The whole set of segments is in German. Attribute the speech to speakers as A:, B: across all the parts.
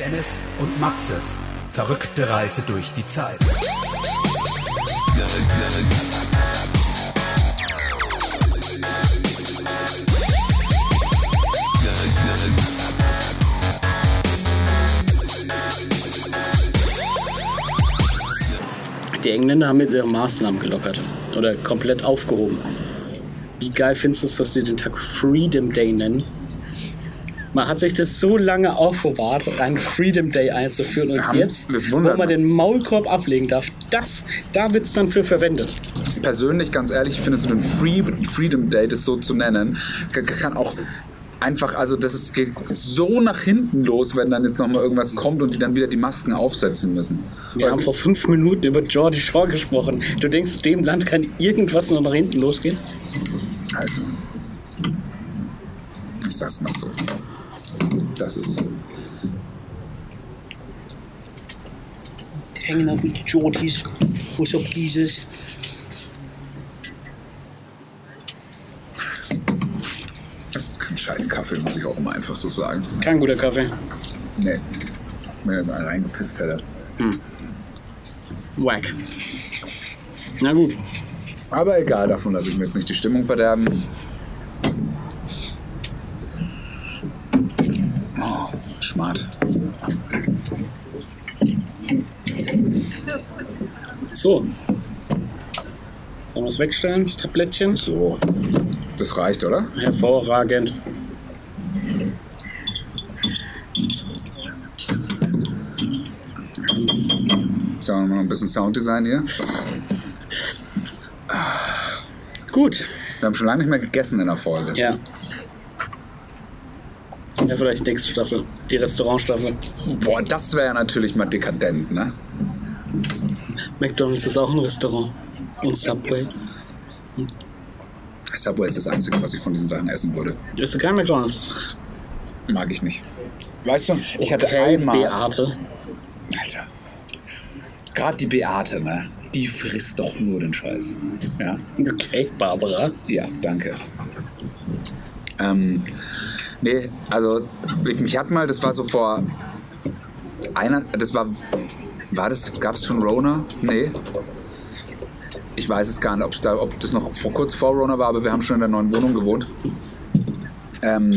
A: Dennis und Maxes verrückte Reise durch die Zeit.
B: Die Engländer haben jetzt ihre Maßnahmen gelockert oder komplett aufgehoben. Wie geil findest du es, dass sie den Tag Freedom Day nennen? Man hat sich das so lange aufbewahrt, einen Freedom Day einzuführen und
C: Ja,
B: jetzt,
C: das
B: wo
C: wundert
B: man
C: mich.
B: den Maulkorb ablegen darf, das, da wird es dann für verwendet.
C: persönlich, ganz ehrlich, ich finde so den Free Freedom Day, das so zu nennen, k- k- kann auch einfach, also das ist, geht so nach hinten los, wenn dann jetzt nochmal irgendwas kommt und die dann wieder die Masken aufsetzen müssen.
B: Wir haben vor fünf Minuten über Geordie Shaw gesprochen. Du denkst, dem Land kann irgendwas noch nach hinten losgehen?
C: Also, ich sag's mal so. Das ist.
D: hängen ab mit Jordies, was auf dieses.
C: Das ist kein Scheißkaffee, muss ich auch immer einfach so sagen.
B: Kein guter Kaffee.
C: Nee. Wenn er so einen reingepisst hätte.
B: Whack. Na gut.
C: Aber egal, davon lasse ich mir jetzt nicht die Stimmung verderben. Oh, smart.
B: So. Sollen wir es wegstellen, das Tablettchen?
C: So. Das reicht, oder?
B: Hervorragend.
C: Sagen wir mal ein bisschen Sounddesign hier.
B: Gut.
C: Wir haben schon lange nicht mehr gegessen in der Folge.
B: Ja. Ja, vielleicht nächste Staffel. Die Restaurantstaffel.
C: Boah, das wäre ja natürlich mal dekadent, ne?
B: McDonalds ist auch ein Restaurant. Und Subway.
C: Subway ist das Einzige, was ich von diesen Sachen essen würde.
B: Bist du kein McDonalds?
C: Mag ich nicht. Weißt du, ich hatte
B: Okay,
C: einmal.
B: Beate.
C: Alter. Gerade die Beate, ne? Die frisst doch nur den Scheiß. Ja.
B: Okay, Barbara.
C: Ja, danke. Ähm, nee, also ich, mich hat mal, das war so vor einer, das war, war das, gab es schon Rona? Nee. Ich weiß es gar nicht, ob, da, ob das noch vor, kurz vor Rona war, aber wir haben schon in der neuen Wohnung gewohnt. Ähm,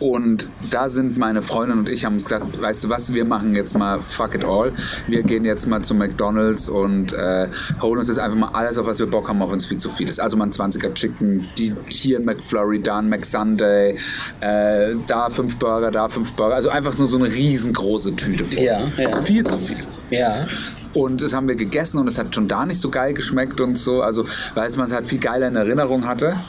C: und da sind meine Freundin und ich haben uns gesagt, weißt du was, wir machen jetzt mal fuck it all. Wir gehen jetzt mal zu McDonalds und äh, holen uns jetzt einfach mal alles, auf was wir Bock haben, auch wenn es viel zu viel ist. Also mal ein 20er Chicken, die hier ein McFlurry, da ein McSunday, äh, da fünf Burger, da fünf Burger. Also einfach nur so eine riesengroße Tüte voll.
B: Ja, ja.
C: Viel zu viel.
B: Ja.
C: Und das haben wir gegessen und es hat schon da nicht so geil geschmeckt und so. Also weiß man, es hat viel geiler in Erinnerung hatte.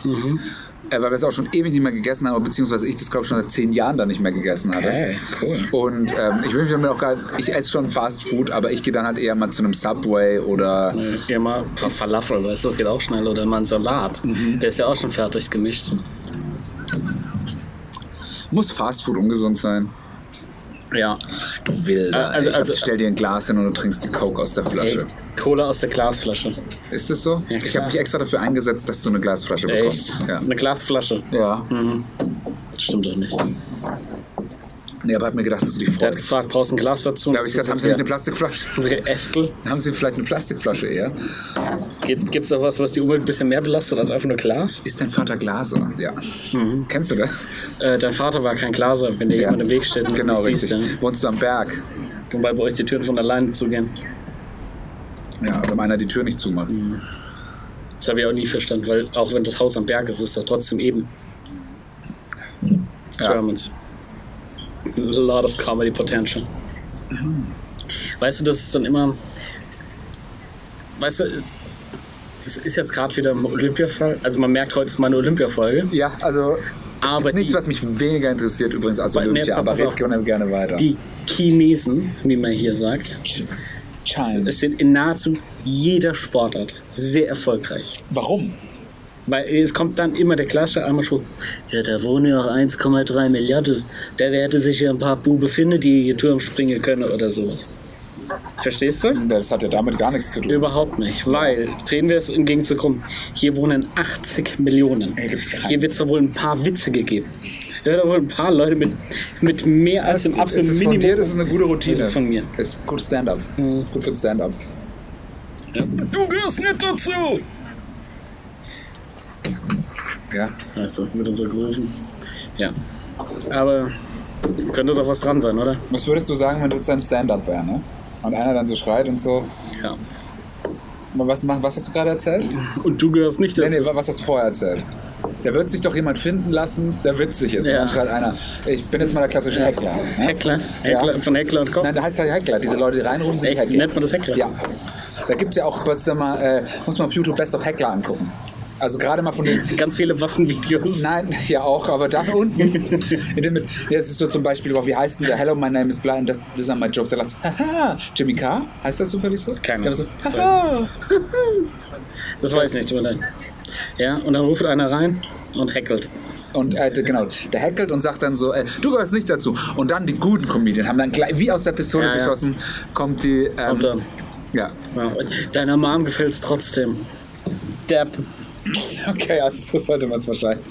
C: Äh, weil wir es auch schon ewig nicht mehr gegessen haben, beziehungsweise ich das glaube ich schon seit zehn Jahren da nicht mehr gegessen hatte.
B: Okay, cool.
C: Und ähm, ich will mich damit auch gar ich esse schon Fast Food, aber ich gehe dann halt eher mal zu einem Subway oder
B: Ja, Hm, mal ein paar Falafel, weißt du, das geht auch schnell. Oder mal ein Salat.
C: Mhm.
B: Der ist ja auch schon fertig gemischt.
C: muss Fast Food ungesund sein.
B: Ja.
C: Du Wilder,
B: Äh, also-
C: ich hab-
B: also-
C: stell dir ein Glas hin und du trinkst die Coke aus der
B: Ey,
C: Flasche.
B: Cola aus der Glasflasche.
C: Ist das so?
B: Ja,
C: ich
B: klar.
C: habe mich extra dafür eingesetzt, dass du eine Glasflasche
B: Echt?
C: bekommst. Ja.
B: Eine Glasflasche.
C: ja.
B: Stimmt doch nicht.
C: Nee, aber hat mir gedacht, dass du dich
B: Der hat
C: freust.
B: gefragt, brauchst du ein Glas dazu?
C: Da habe ich gesagt, haben sie nicht eine Plastikflasche?
B: Unsere Äpfel.
C: Haben Sie vielleicht eine Plastikflasche eher?
B: Gibt es auch was, was die Umwelt ein bisschen mehr belastet als einfach nur Glas?
C: Ist dein Vater Glaser? Ja. Kennst du das?
B: Äh, dein Vater war kein Glaser, wenn dir
C: Ja.
B: jemand Mhm. im Weg steht. und
C: Genau,
B: nicht
C: richtig.
B: siehst, ja.
C: Wohnst du am Berg?
B: Wobei bei euch die Türen von alleine zugehen.
C: Ja, wenn einer die Tür nicht zumacht.
B: Mhm. Das habe ich auch nie verstanden, weil auch wenn das Haus am Berg ist, ist das trotzdem eben.
C: Ja.
B: Germans. A lot of comedy potential. Weißt du, das ist dann immer. Weißt du, es- das ist jetzt gerade wieder im Olympia-Fall. Also man merkt, heute ist meine Olympia-Folge.
C: Ja, also es
B: Aber
C: gibt nichts,
B: die-
C: was mich weniger interessiert übrigens als
B: Weil- nee,
C: Olympia, aber
B: pass
C: red
B: auf.
C: gerne, gerne weiter.
B: Die Chinesen, wie man hier sagt,
C: China.
B: es sind in nahezu jeder Sportart sehr erfolgreich.
C: Warum?
B: Weil es kommt dann immer der klassische Anspruch, ja, da wohnen ja auch 1,3 Milliarden. Da hätte sich ja ein paar Bube finden, die hier Turm springen können oder sowas. Verstehst du?
C: Das hat ja damit gar nichts zu tun.
B: Überhaupt nicht, weil, drehen wir es im Gegenzug um, hier wohnen 80 Millionen.
C: gibt's keinen.
B: Hier wird es wohl ein paar Witze gegeben. Da werden wohl ein paar Leute mit, mit mehr als dem
C: Es
B: absoluten
C: ist von
B: Minimum.
C: dir, das ist eine gute Routine.
B: Das ist von mir. Mhm.
C: Ist gut Stand-up. Gut für Stand-up.
B: Du gehörst nicht dazu!
C: Ja.
B: Also, mit unserer großen. Ja. Aber könnte doch was dran sein, oder?
C: Was würdest du sagen, wenn du jetzt ein Stand-up wär, ne? Und einer dann so schreit und so.
B: Ja.
C: "Ma, Was, mach- was hast du gerade erzählt?
B: Und du gehörst nicht
C: Nee,
B: dazu.
C: nee, wa- was hast du vorher erzählt? Da wird sich doch jemand finden lassen, der witzig ist.
B: Ja.
C: Und dann schreit einer, ich bin jetzt mal der klassische Heckler. ne?
B: Heckler? Heckler
C: Ja.
B: Von Heckler und Koch?
C: Nein, da heißt er Heckler. Diese Leute, die reinrufen, sind
B: Echt?
C: Heckler.
B: Nennt man das Heckler?
C: Ja. Da gibt es ja auch, was da mal, äh, muss man auf YouTube Best of Heckler angucken. Also gerade mal von den
B: Ganz viele Waffenvideos.
C: Nein, ja auch, aber da unten. In dem, ja, es ist so zum Beispiel, aber wie heißt denn der Hello, my name is Bla und das, das sind meine Jokes. Da lacht so, haha, Jimmy Carr, heißt das zufällig so?
B: Keine
C: Der war so,
B: Ahnung.
C: haha.
B: Das weiß ich nicht, tut mir leid. Ja, und dann ruft einer rein und heckelt.
C: Und äh, der- genau, der hackelt und sagt dann so, äh, du gehörst nicht dazu. Und dann die guten Comedian haben dann gleich, wie aus der Pistole
B: Ja, ja.
C: geschossen, kommt die. Ähm,
B: Kommt dann.
C: Ja,
B: Ja. und Deiner Mom gefällt's trotzdem. Depp.
C: okay, also so sollte man es wahrscheinlich.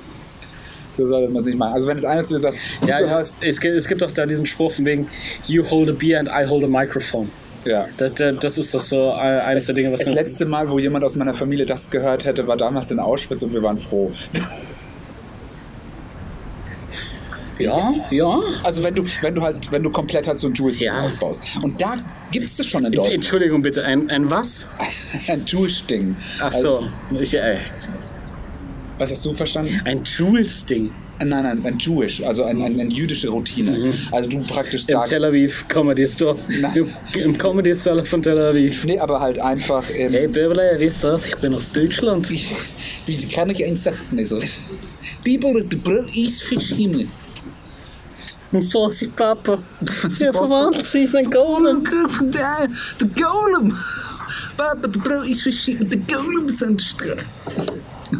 C: So sollte man es nicht machen. Also wenn jetzt einer zu dir sagt,
B: Ja,
C: du
B: ja.
C: gehörst.
B: Es, gibt, es gibt doch da diesen Spruch von wegen You hold a beer and I hold a microphone.
C: Ja.
B: Das, das, das ist doch so ein- eines der Dinge, was...
C: Das letzte Mal, wo jemand aus meiner Familie das gehört hätte, war damals in Auschwitz und wir waren froh.
B: ja, ja.
C: Also wenn du, wenn du halt, wenn du komplett halt so ein Jewish
B: Ja.
C: Ding aufbaust. Und da gibt es das schon in Deutschland.
B: Entschuldigung bitte, ein, ein was?
C: Ein Also Jewish Ding.
B: Ach so, ich, äh,
C: was hast du verstanden?
B: ein Jules-Ding.
C: Nein, nein, ein Jewish, also ein, ein, eine jüdische Routine. Also du praktisch
B: Im
C: sagst.
B: Tel Aviv Comedy Store.
C: Nein.
B: Im, im Comedy Store von Tel Aviv.
C: Nee, aber halt einfach. Ähm,
B: Hey Böbler, wisst ihr was? Ich bin aus Deutschland.
C: ich, wie kann ich eins sagen? Nee, so. People, the bread is fish himmel.
B: Und Vorsicht, Papa. Sie verwandt sich mein Golem.
C: The Golem! Papa, the bread is fish himmel. The Golem ist ein Strand.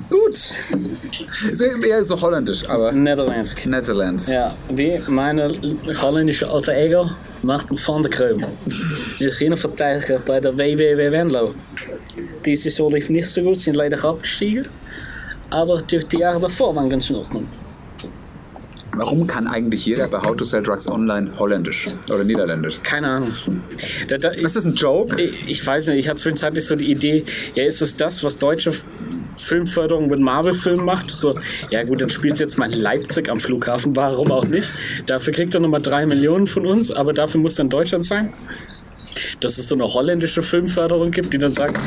B: Gut.
C: Ist eher so holländisch, aber.
B: Netherlands.
C: Netherlands.
B: Ja, wie meine Holländische alter ego, Martin van der Kreum. ist Innenverteidiger bei der WWW Venlo. Dieses Jahr lief nicht so gut, sind leider abgestiegen. Aber durch die Jahre davor waren ganz in Ordnung.
C: Warum kann eigentlich jeder bei How to Sell Drugs Online holländisch oder niederländisch?
B: Keine Ahnung. Da, da,
C: Ist das ein Joke?
B: Ich ich weiß nicht, ich hatte zwischenzeitlich so die Idee, ja, ist es das, was deutsche Filmförderung mit Marvel-Filmen macht? So, ja gut, dann spielt jetzt mal in Leipzig am Flughafen, warum auch nicht? Dafür kriegt er nochmal drei Millionen von uns, aber dafür muss dann Deutschland sein. Dass es so eine holländische Filmförderung gibt, die dann sagt,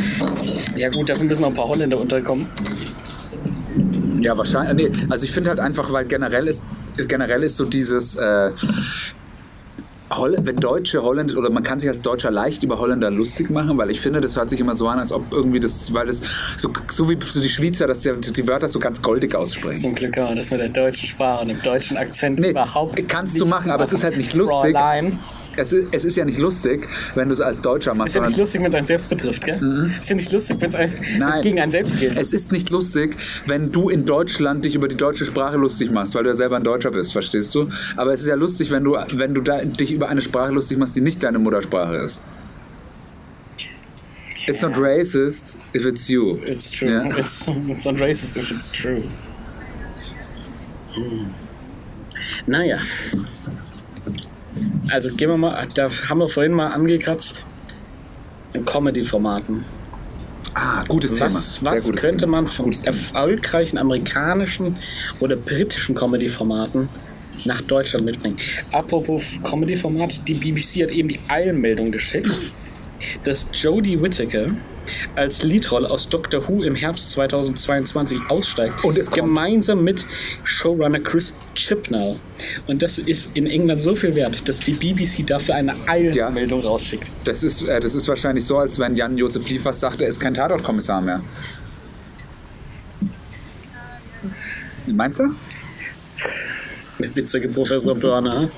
B: ja gut, dafür müssen noch ein paar Holländer unterkommen.
C: Ja, wahrscheinlich. Nee, also ich finde halt einfach, weil generell ist, generell ist so dieses, äh, Holl wenn Deutsche Holländer, oder man kann sich als Deutscher leicht über Holländer lustig machen, weil ich finde, das hört sich immer so an, als ob irgendwie das, weil das, so, so wie so die Schweizer, dass die, die Wörter so ganz goldig aussprechen.
B: Zum Glück haben wir das mit der deutschen Sprache und dem deutschen Akzent
C: Nee,
B: überhaupt nicht.
C: kannst du machen, aber es ist halt nicht lustig.
B: Fräulein.
C: Es ist, es ist ja nicht lustig, wenn du es als Deutscher
B: Ist
C: machst.
B: ja nicht
C: sondern- Mhm.
B: lustig, wenn es einen selbst betrifft, gell? Ist ja nicht lustig, wenn es ein- wenn es
C: Nein.
B: gegen einen selbst geht.
C: Es ist nicht lustig, wenn du in Deutschland dich über die deutsche Sprache lustig machst, weil du ja selber ein Deutscher bist, verstehst du? Aber es ist ja lustig, wenn du, wenn du da, dich über eine Sprache lustig machst, die nicht deine Muttersprache ist. It's not racist if it's you.
B: It's true.
C: Ja.
B: It's, it's not racist if it's true. Hm. Naja. Also gehen wir mal, da haben wir vorhin mal angekratzt. In Comedy-Formaten.
C: Ah, gutes Thema.
B: Was, was
C: gutes
B: könnte
C: Thema.
B: man von
C: Gutes Thema.
B: erfolgreichen amerikanischen oder britischen Comedy-Formaten nach Deutschland mitbringen? Apropos Comedy-Format, die BBC hat eben die Eilmeldung geschickt, dass Jodie Whittaker als Leadrolle aus Doctor Who im Herbst 2022 aussteigt.
C: Und es kommt.
B: gemeinsam mit Showrunner Chris Chibnall. Und das ist in England so viel wert, dass die BBC dafür eine Eilmeldung rausschickt.
C: Das ist, äh, das ist wahrscheinlich so, als wenn Jan-Josef Liefers sagt, er ist kein Tatortkommissar mehr. Meinst du?
B: Mit witzige Professor Börner.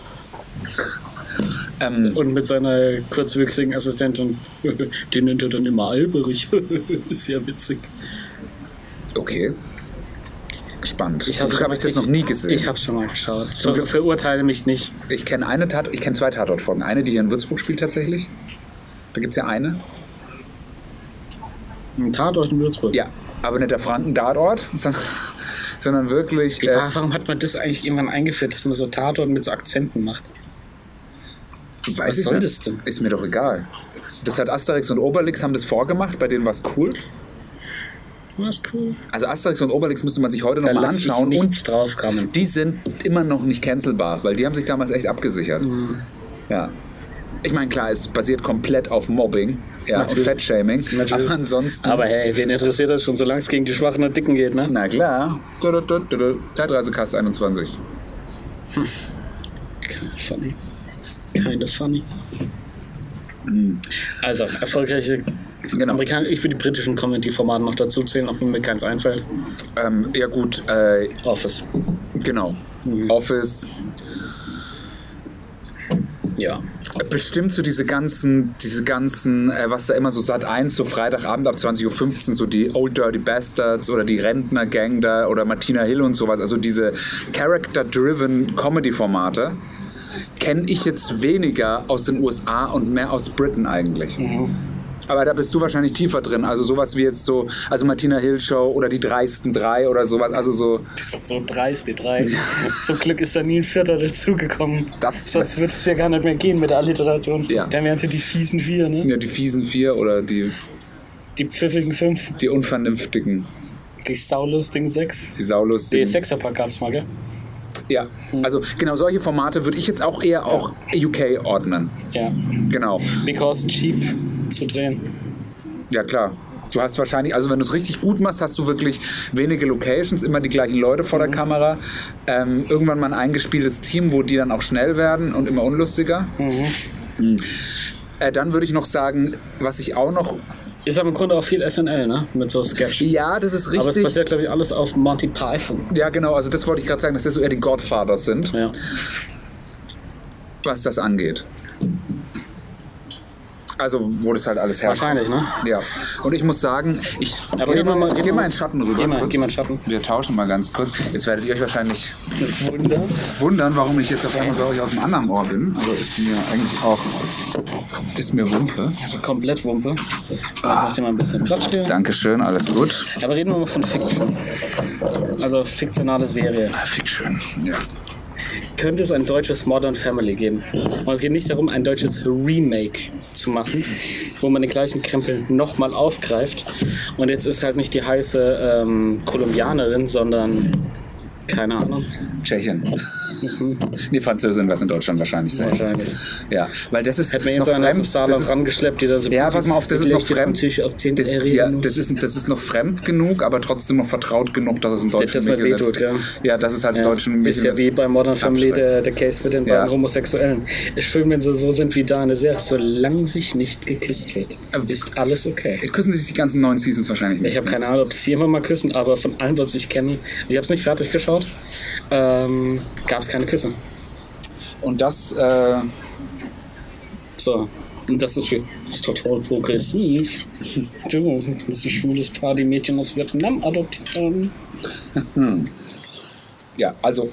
C: Ähm,
B: Und mit seiner kurzwüchsigen Assistentin, den nennt er dann immer Alberich. ist ja witzig.
C: Okay. Spannend. Ich
B: hab-
C: habe ich das noch nie gesehen.
B: Ich
C: Ich,
B: habe schon mal geschaut. Ver verurteile mich nicht.
C: kenne eine Tat, ich kenne zwei Tatortfolgen. Eine, die hier in Würzburg spielt tatsächlich. Da gibt es ja eine.
B: Ein Tatort in Würzburg.
C: Ja, aber nicht der Franken-Tatort, sondern, sondern wirklich. äh,
B: Wa- Warum hat man das eigentlich irgendwann eingeführt, dass man so Tatort mit so Akzenten macht?
C: Weiß
B: Was
C: ich
B: soll
C: nicht.
B: das denn?
C: Ist mir doch egal. Das hat Asterix und Obelix haben das vorgemacht, bei denen war es cool.
B: Was cool.
C: Also Asterix und Obelix müsste man sich heute
B: Da
C: nochmal
B: lass
C: anschauen.
B: ich
C: Und
B: nichts draufkommen.
C: die sind immer noch nicht cancelbar, weil die haben sich damals echt abgesichert.
B: Mhm.
C: Ja. Ich meine, klar, es basiert komplett auf Mobbing ja, und
B: Natürlich.
C: Fettshaming.
B: Natürlich.
C: Aber ansonsten.
B: Aber hey, wen interessiert das schon, solange es gegen die Schwachen und Dicken geht, ne?
C: na klar. Du, du, du, du, du. Zeitreisecast 21.
B: Keine funny. Keine funny.
C: Hm.
B: Also, erfolgreiche
C: Genau.
B: Amerikaner. Ich würde die britischen Comedy-Formate noch dazu zählen, auch wenn mir keins einfällt.
C: Ähm, ja, gut. Äh,
B: Office.
C: genau. Office.
B: Ja.
C: Bestimmt so diese ganzen, diese ganzen, äh, was da immer so Sat 1, so Freitagabend ab 20.15 Uhr, so die Old Dirty Bastards oder die Rentner Gang da oder Martina Hill und sowas, also diese Character-driven Comedy-Formate kenne ich jetzt weniger aus den USA und mehr aus Britain eigentlich. Aber da bist du wahrscheinlich tiefer drin, also sowas wie jetzt so, also Martina Hill Show oder die dreisten drei oder sowas, also so,
B: Das ist so dreist, die drei. Zum Glück ist da nie ein Vierter dazugekommen.
C: Das-
B: Sonst würde es ja gar nicht mehr gehen mit der Alliteration.
C: Ja.
B: Dann wären es ja die fiesen Vier, ne?
C: ja, die fiesen vier oder die,
B: Die pfiffigen Fünf,
C: die unvernünftigen,
B: die saulustigen Sechs.
C: die
B: Die
C: saulustigen.
B: Sechserpack gab's mal, gell?
C: Ja,
B: Mhm.
C: also genau solche Formate würde ich jetzt auch eher auch UK ordnen.
B: Ja.
C: Genau.
B: Because cheap zu drehen.
C: Ja, klar. Du hast wahrscheinlich, also wenn du es richtig gut machst, hast du wirklich wenige Locations, immer die gleichen Leute vor
B: Mhm.
C: der Kamera. Ähm, irgendwann mal ein eingespieltes Team, wo die dann auch schnell werden und immer unlustiger. Mhm. Äh, dann würde ich noch sagen, was ich auch noch.
B: Ist aber im Grunde auch viel SNL, ne? Mit so Sketch.
C: Ja, das ist
B: aber es
C: richtig.
B: passiert, glaube ich, alles auf Monty Python.
C: Ja, genau. Also das wollte ich gerade sagen, dass das so eher die Godfathers sind,
B: Ja.
C: was das angeht. Also wo das halt alles herkommt.
B: Wahrscheinlich, ne?
C: Ja, und ich muss sagen, ich
B: Aber
C: geh
B: geh mal-
C: geh
B: geh mal-
C: in den Schatten rüber.
B: geh mal-
C: kurz.
B: geh mal in den Schatten.
C: Wir tauschen mal ganz kurz. Jetzt werdet ihr euch wahrscheinlich
B: Wunder.
C: wundern, warum ich jetzt auf einmal, glaube ich, auf dem anderen Ohr bin. Aber ist mir eigentlich auch, ist mir Wumpe.
B: Komplett Wumpe. Ich
C: Ah.
B: mach dir mal ein bisschen Platz hier.
C: Dankeschön, alles gut.
B: Aber reden wir mal von Fiction. Also fiktionale Serie.
C: Ah, Fick schön. Ja.
B: Könnte es ein deutsches Modern Family geben? Und es geht nicht darum, ein deutsches Remake zu machen, wo man den gleichen Krempel nochmal aufgreift. Und jetzt ist halt nicht die heiße ähm, Kolumbianerin, sondern keine Ahnung.
C: Tschechien. Nee, Französin, was in Deutschland wahrscheinlich sein.
B: Wahrscheinlich.
C: Ja, weil das ist
B: Hätte mir
C: noch
B: jetzt einer
C: fremd.
B: zum
C: Das
B: Saarland
C: ist,
B: rangeschleppt, die da so
C: ja, pass mal auf, das ist noch
B: Vielleicht
C: fremd.
B: natürlich Akzent
C: Das,
B: erregen.
C: ja, das, ist, das ist noch fremd genug, aber trotzdem noch vertraut genug, dass es in Deutschland
B: das halt wehtut, gell?
C: Ja, das ist halt in
B: Ja,
C: Deutschland
B: ist ja wie bei Modern Family der, der Case mit den
C: Ja.
B: beiden Homosexuellen. Ist schön, wenn sie so sind wie da in der Serie. Solange sich nicht geküsst wird,
C: Aber-
B: ist alles okay.
C: Küssen sich die ganzen neuen Seasons wahrscheinlich nicht.
B: Ich habe keine Ahnung, ob sie immer mal küssen, aber von allem, was ich kenne, ich habe es nicht fertig geschaut, ähm, gab es keine Küsse.
C: Und das, äh,
B: So, und das ist, für, das ist total progressiv. Du, das ist ein schwules Paar, die Mädchen aus Vietnam adoptiert haben.
C: ja, also,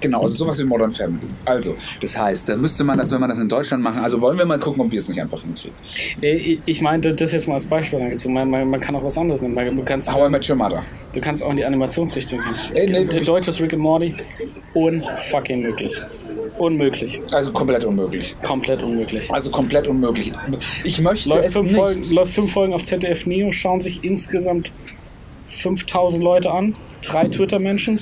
C: genau, also sowas wie Modern Family. Also, das heißt, da müsste man das, wenn man das in Deutschland machen, also wollen wir mal gucken, ob wir es nicht einfach hinkriegen.
B: Äh, Ich ich meinte das jetzt mal als Beispiel angezogen. Man, man, man kann auch was anderes nehmen. Man, man kann's-
C: How I Met Your Mother.
B: Du kannst auch in die Animationsrichtung gehen.
C: Ey, nee,
B: Der
C: ich-
B: deutsches Rick and Morty, unfucking möglich. Unmöglich.
C: Also komplett unmöglich.
B: Komplett unmöglich.
C: Also komplett unmöglich. Ich möchte
B: Läuft
C: es
B: fünf,
C: nicht.
B: Folgen, läuft fünf Folgen auf ZDF Neo, schauen sich insgesamt 5000 Leute an, drei Twitter-Menschen,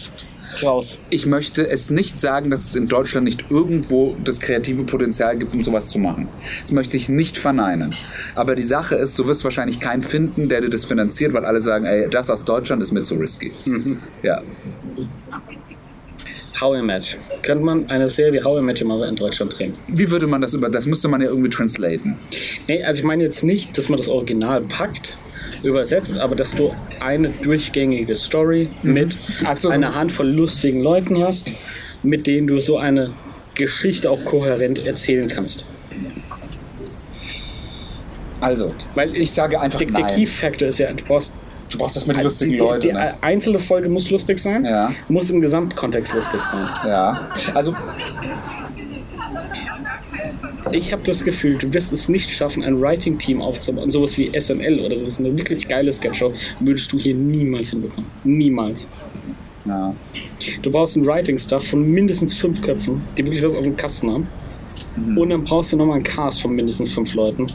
B: raus.
C: Ich möchte es nicht sagen, dass es in Deutschland nicht irgendwo das kreative Potenzial gibt, um sowas zu machen. Das möchte ich nicht verneinen. Aber die Sache ist, du wirst wahrscheinlich keinen finden, der dir das finanziert, weil alle sagen, ey, das aus Deutschland ist mir zu risky.
B: Mhm.
C: Ja,
B: How I Met. Könnte man eine Serie wie How I Met Your Mother in Deutschland drehen?
C: Wie würde man das über. Das müsste man ja irgendwie translaten.
B: Nee, also ich meine jetzt nicht, dass man das Original packt, übersetzt, aber dass du eine durchgängige Story mit
C: Mhm. Ach so,
B: einer
C: du-
B: Handvoll lustigen Leuten hast, mit denen du so eine Geschichte auch kohärent erzählen kannst.
C: Also,
B: Weil
C: ich sage einfach
B: Der, der
C: nein.
B: Key Factor ist ja, du brauchst
C: du brauchst das mit den
B: Äh, die,
C: lustigen
B: die,
C: Leuten.
B: die
C: Ne?
B: einzelne Folge muss lustig sein,
C: Ja.
B: muss im Gesamtkontext lustig sein.
C: Ja. Also,
B: Ich habe das Gefühl, du wirst es nicht schaffen, ein Writing-Team aufzubauen. Sowas wie SNL oder sowas, eine wirklich geile Sketchshow, würdest du hier niemals hinbekommen. Niemals.
C: Ja.
B: Du brauchst einen Writing-Stuff von mindestens fünf Köpfen, die wirklich was auf dem Kasten haben. Und dann brauchst du nochmal einen Cast von mindestens fünf Leuten.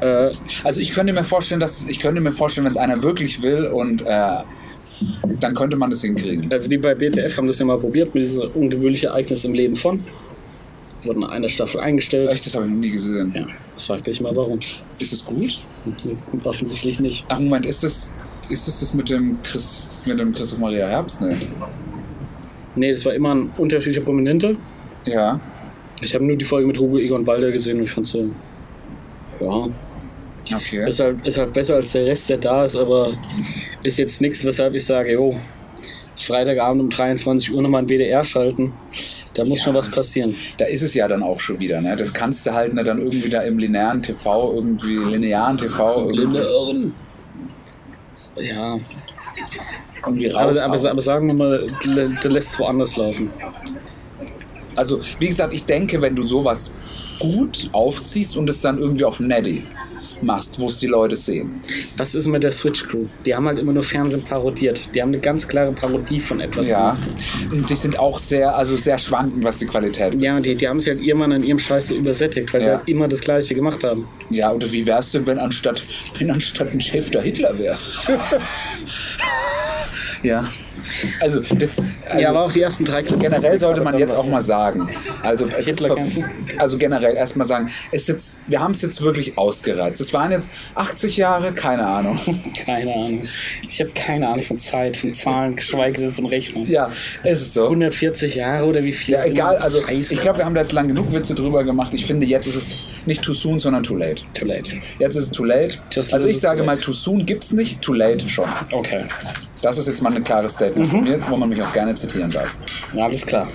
B: Äh,
C: Also ich könnte mir vorstellen, dass ich könnte mir vorstellen, wenn es einer wirklich will und äh, dann könnte man das hinkriegen.
B: also die bei BTF haben das ja mal probiert mit diesem ungewöhnlichen Ereignis im Leben von. Wurden in einer Staffel eingestellt.
C: Echt, das habe ich noch nie gesehen.
B: Ja, frag dich mal warum.
C: Ist es gut?
B: Offensichtlich nicht.
C: Ach Moment, ist das ist das, das mit dem Chris mit dem Christoph Maria Herbst? Ne?
B: Nee, das war immer ein unterschiedlicher Prominente.
C: Ja.
B: Ich habe nur die Folge mit Hugo Egon Balder gesehen und ich fand so. Ja.
C: Okay.
B: Ist halt, ist halt besser als der Rest, der da ist, aber ist jetzt nichts, weshalb ich sage, jo, Freitagabend um 23 Uhr nochmal ein WDR schalten. Da muss
C: Ja.
B: schon was passieren.
C: da ist es ja dann auch schon wieder, ne? Das kannst du halt ne, dann irgendwie da im linearen TV, irgendwie linearen TV irgendwie,
B: Irren. Ja,
C: irgendwie raus.
B: aber, aber, aber sagen wir mal, du- du lässt es woanders laufen.
C: also, wie gesagt, ich denke, wenn du sowas gut aufziehst und es dann irgendwie auf Neddy machst, wo es die Leute sehen.
B: Was ist mit der Switch Crew? Die haben halt immer nur Fernsehen parodiert. Die haben eine ganz klare Parodie von etwas
C: ja. Und die sind auch sehr, also sehr schwankend, was die Qualität
B: Ja, die, die haben sich halt irgendwann an ihrem Scheiß so übersättigt, weil sie
C: Ja.
B: halt immer das Gleiche gemacht haben.
C: Ja, oder wie wär's denn, wenn anstatt, wenn anstatt ein Chef der Hitler wäre? ja. Also, das. Also,
B: ja, aber auch die ersten drei Clips.
C: Generell sollte man jetzt auch mal sagen, also es ist
B: Hitler
C: ver-
B: kennst du?
C: also generell erstmal sagen, es ist jetzt, wir haben es jetzt wirklich ausgereizt. Es waren jetzt 80 Jahre, keine Ahnung.
B: Keine Ahnung. Ich habe keine Ahnung von Zeit, von Zahlen, geschweige denn von Rechnung.
C: ja, es ist so.
B: 140 Jahre oder wie viel?
C: Ja, egal, also
B: Scheiße.
C: ich glaube, wir haben da jetzt lang genug Witze drüber gemacht. Ich finde, jetzt ist es nicht too soon, sondern too late.
B: Too late.
C: Jetzt ist es too late.
B: Just
C: also
B: little
C: ich
B: too
C: sage
B: late.
C: mal, too soon gibt's nicht, too late schon.
B: Okay.
C: Das ist jetzt mal ein klares Statement
B: Mhm.
C: von mir, wo man mich auch gerne zitieren darf.
B: Ja, alles klar.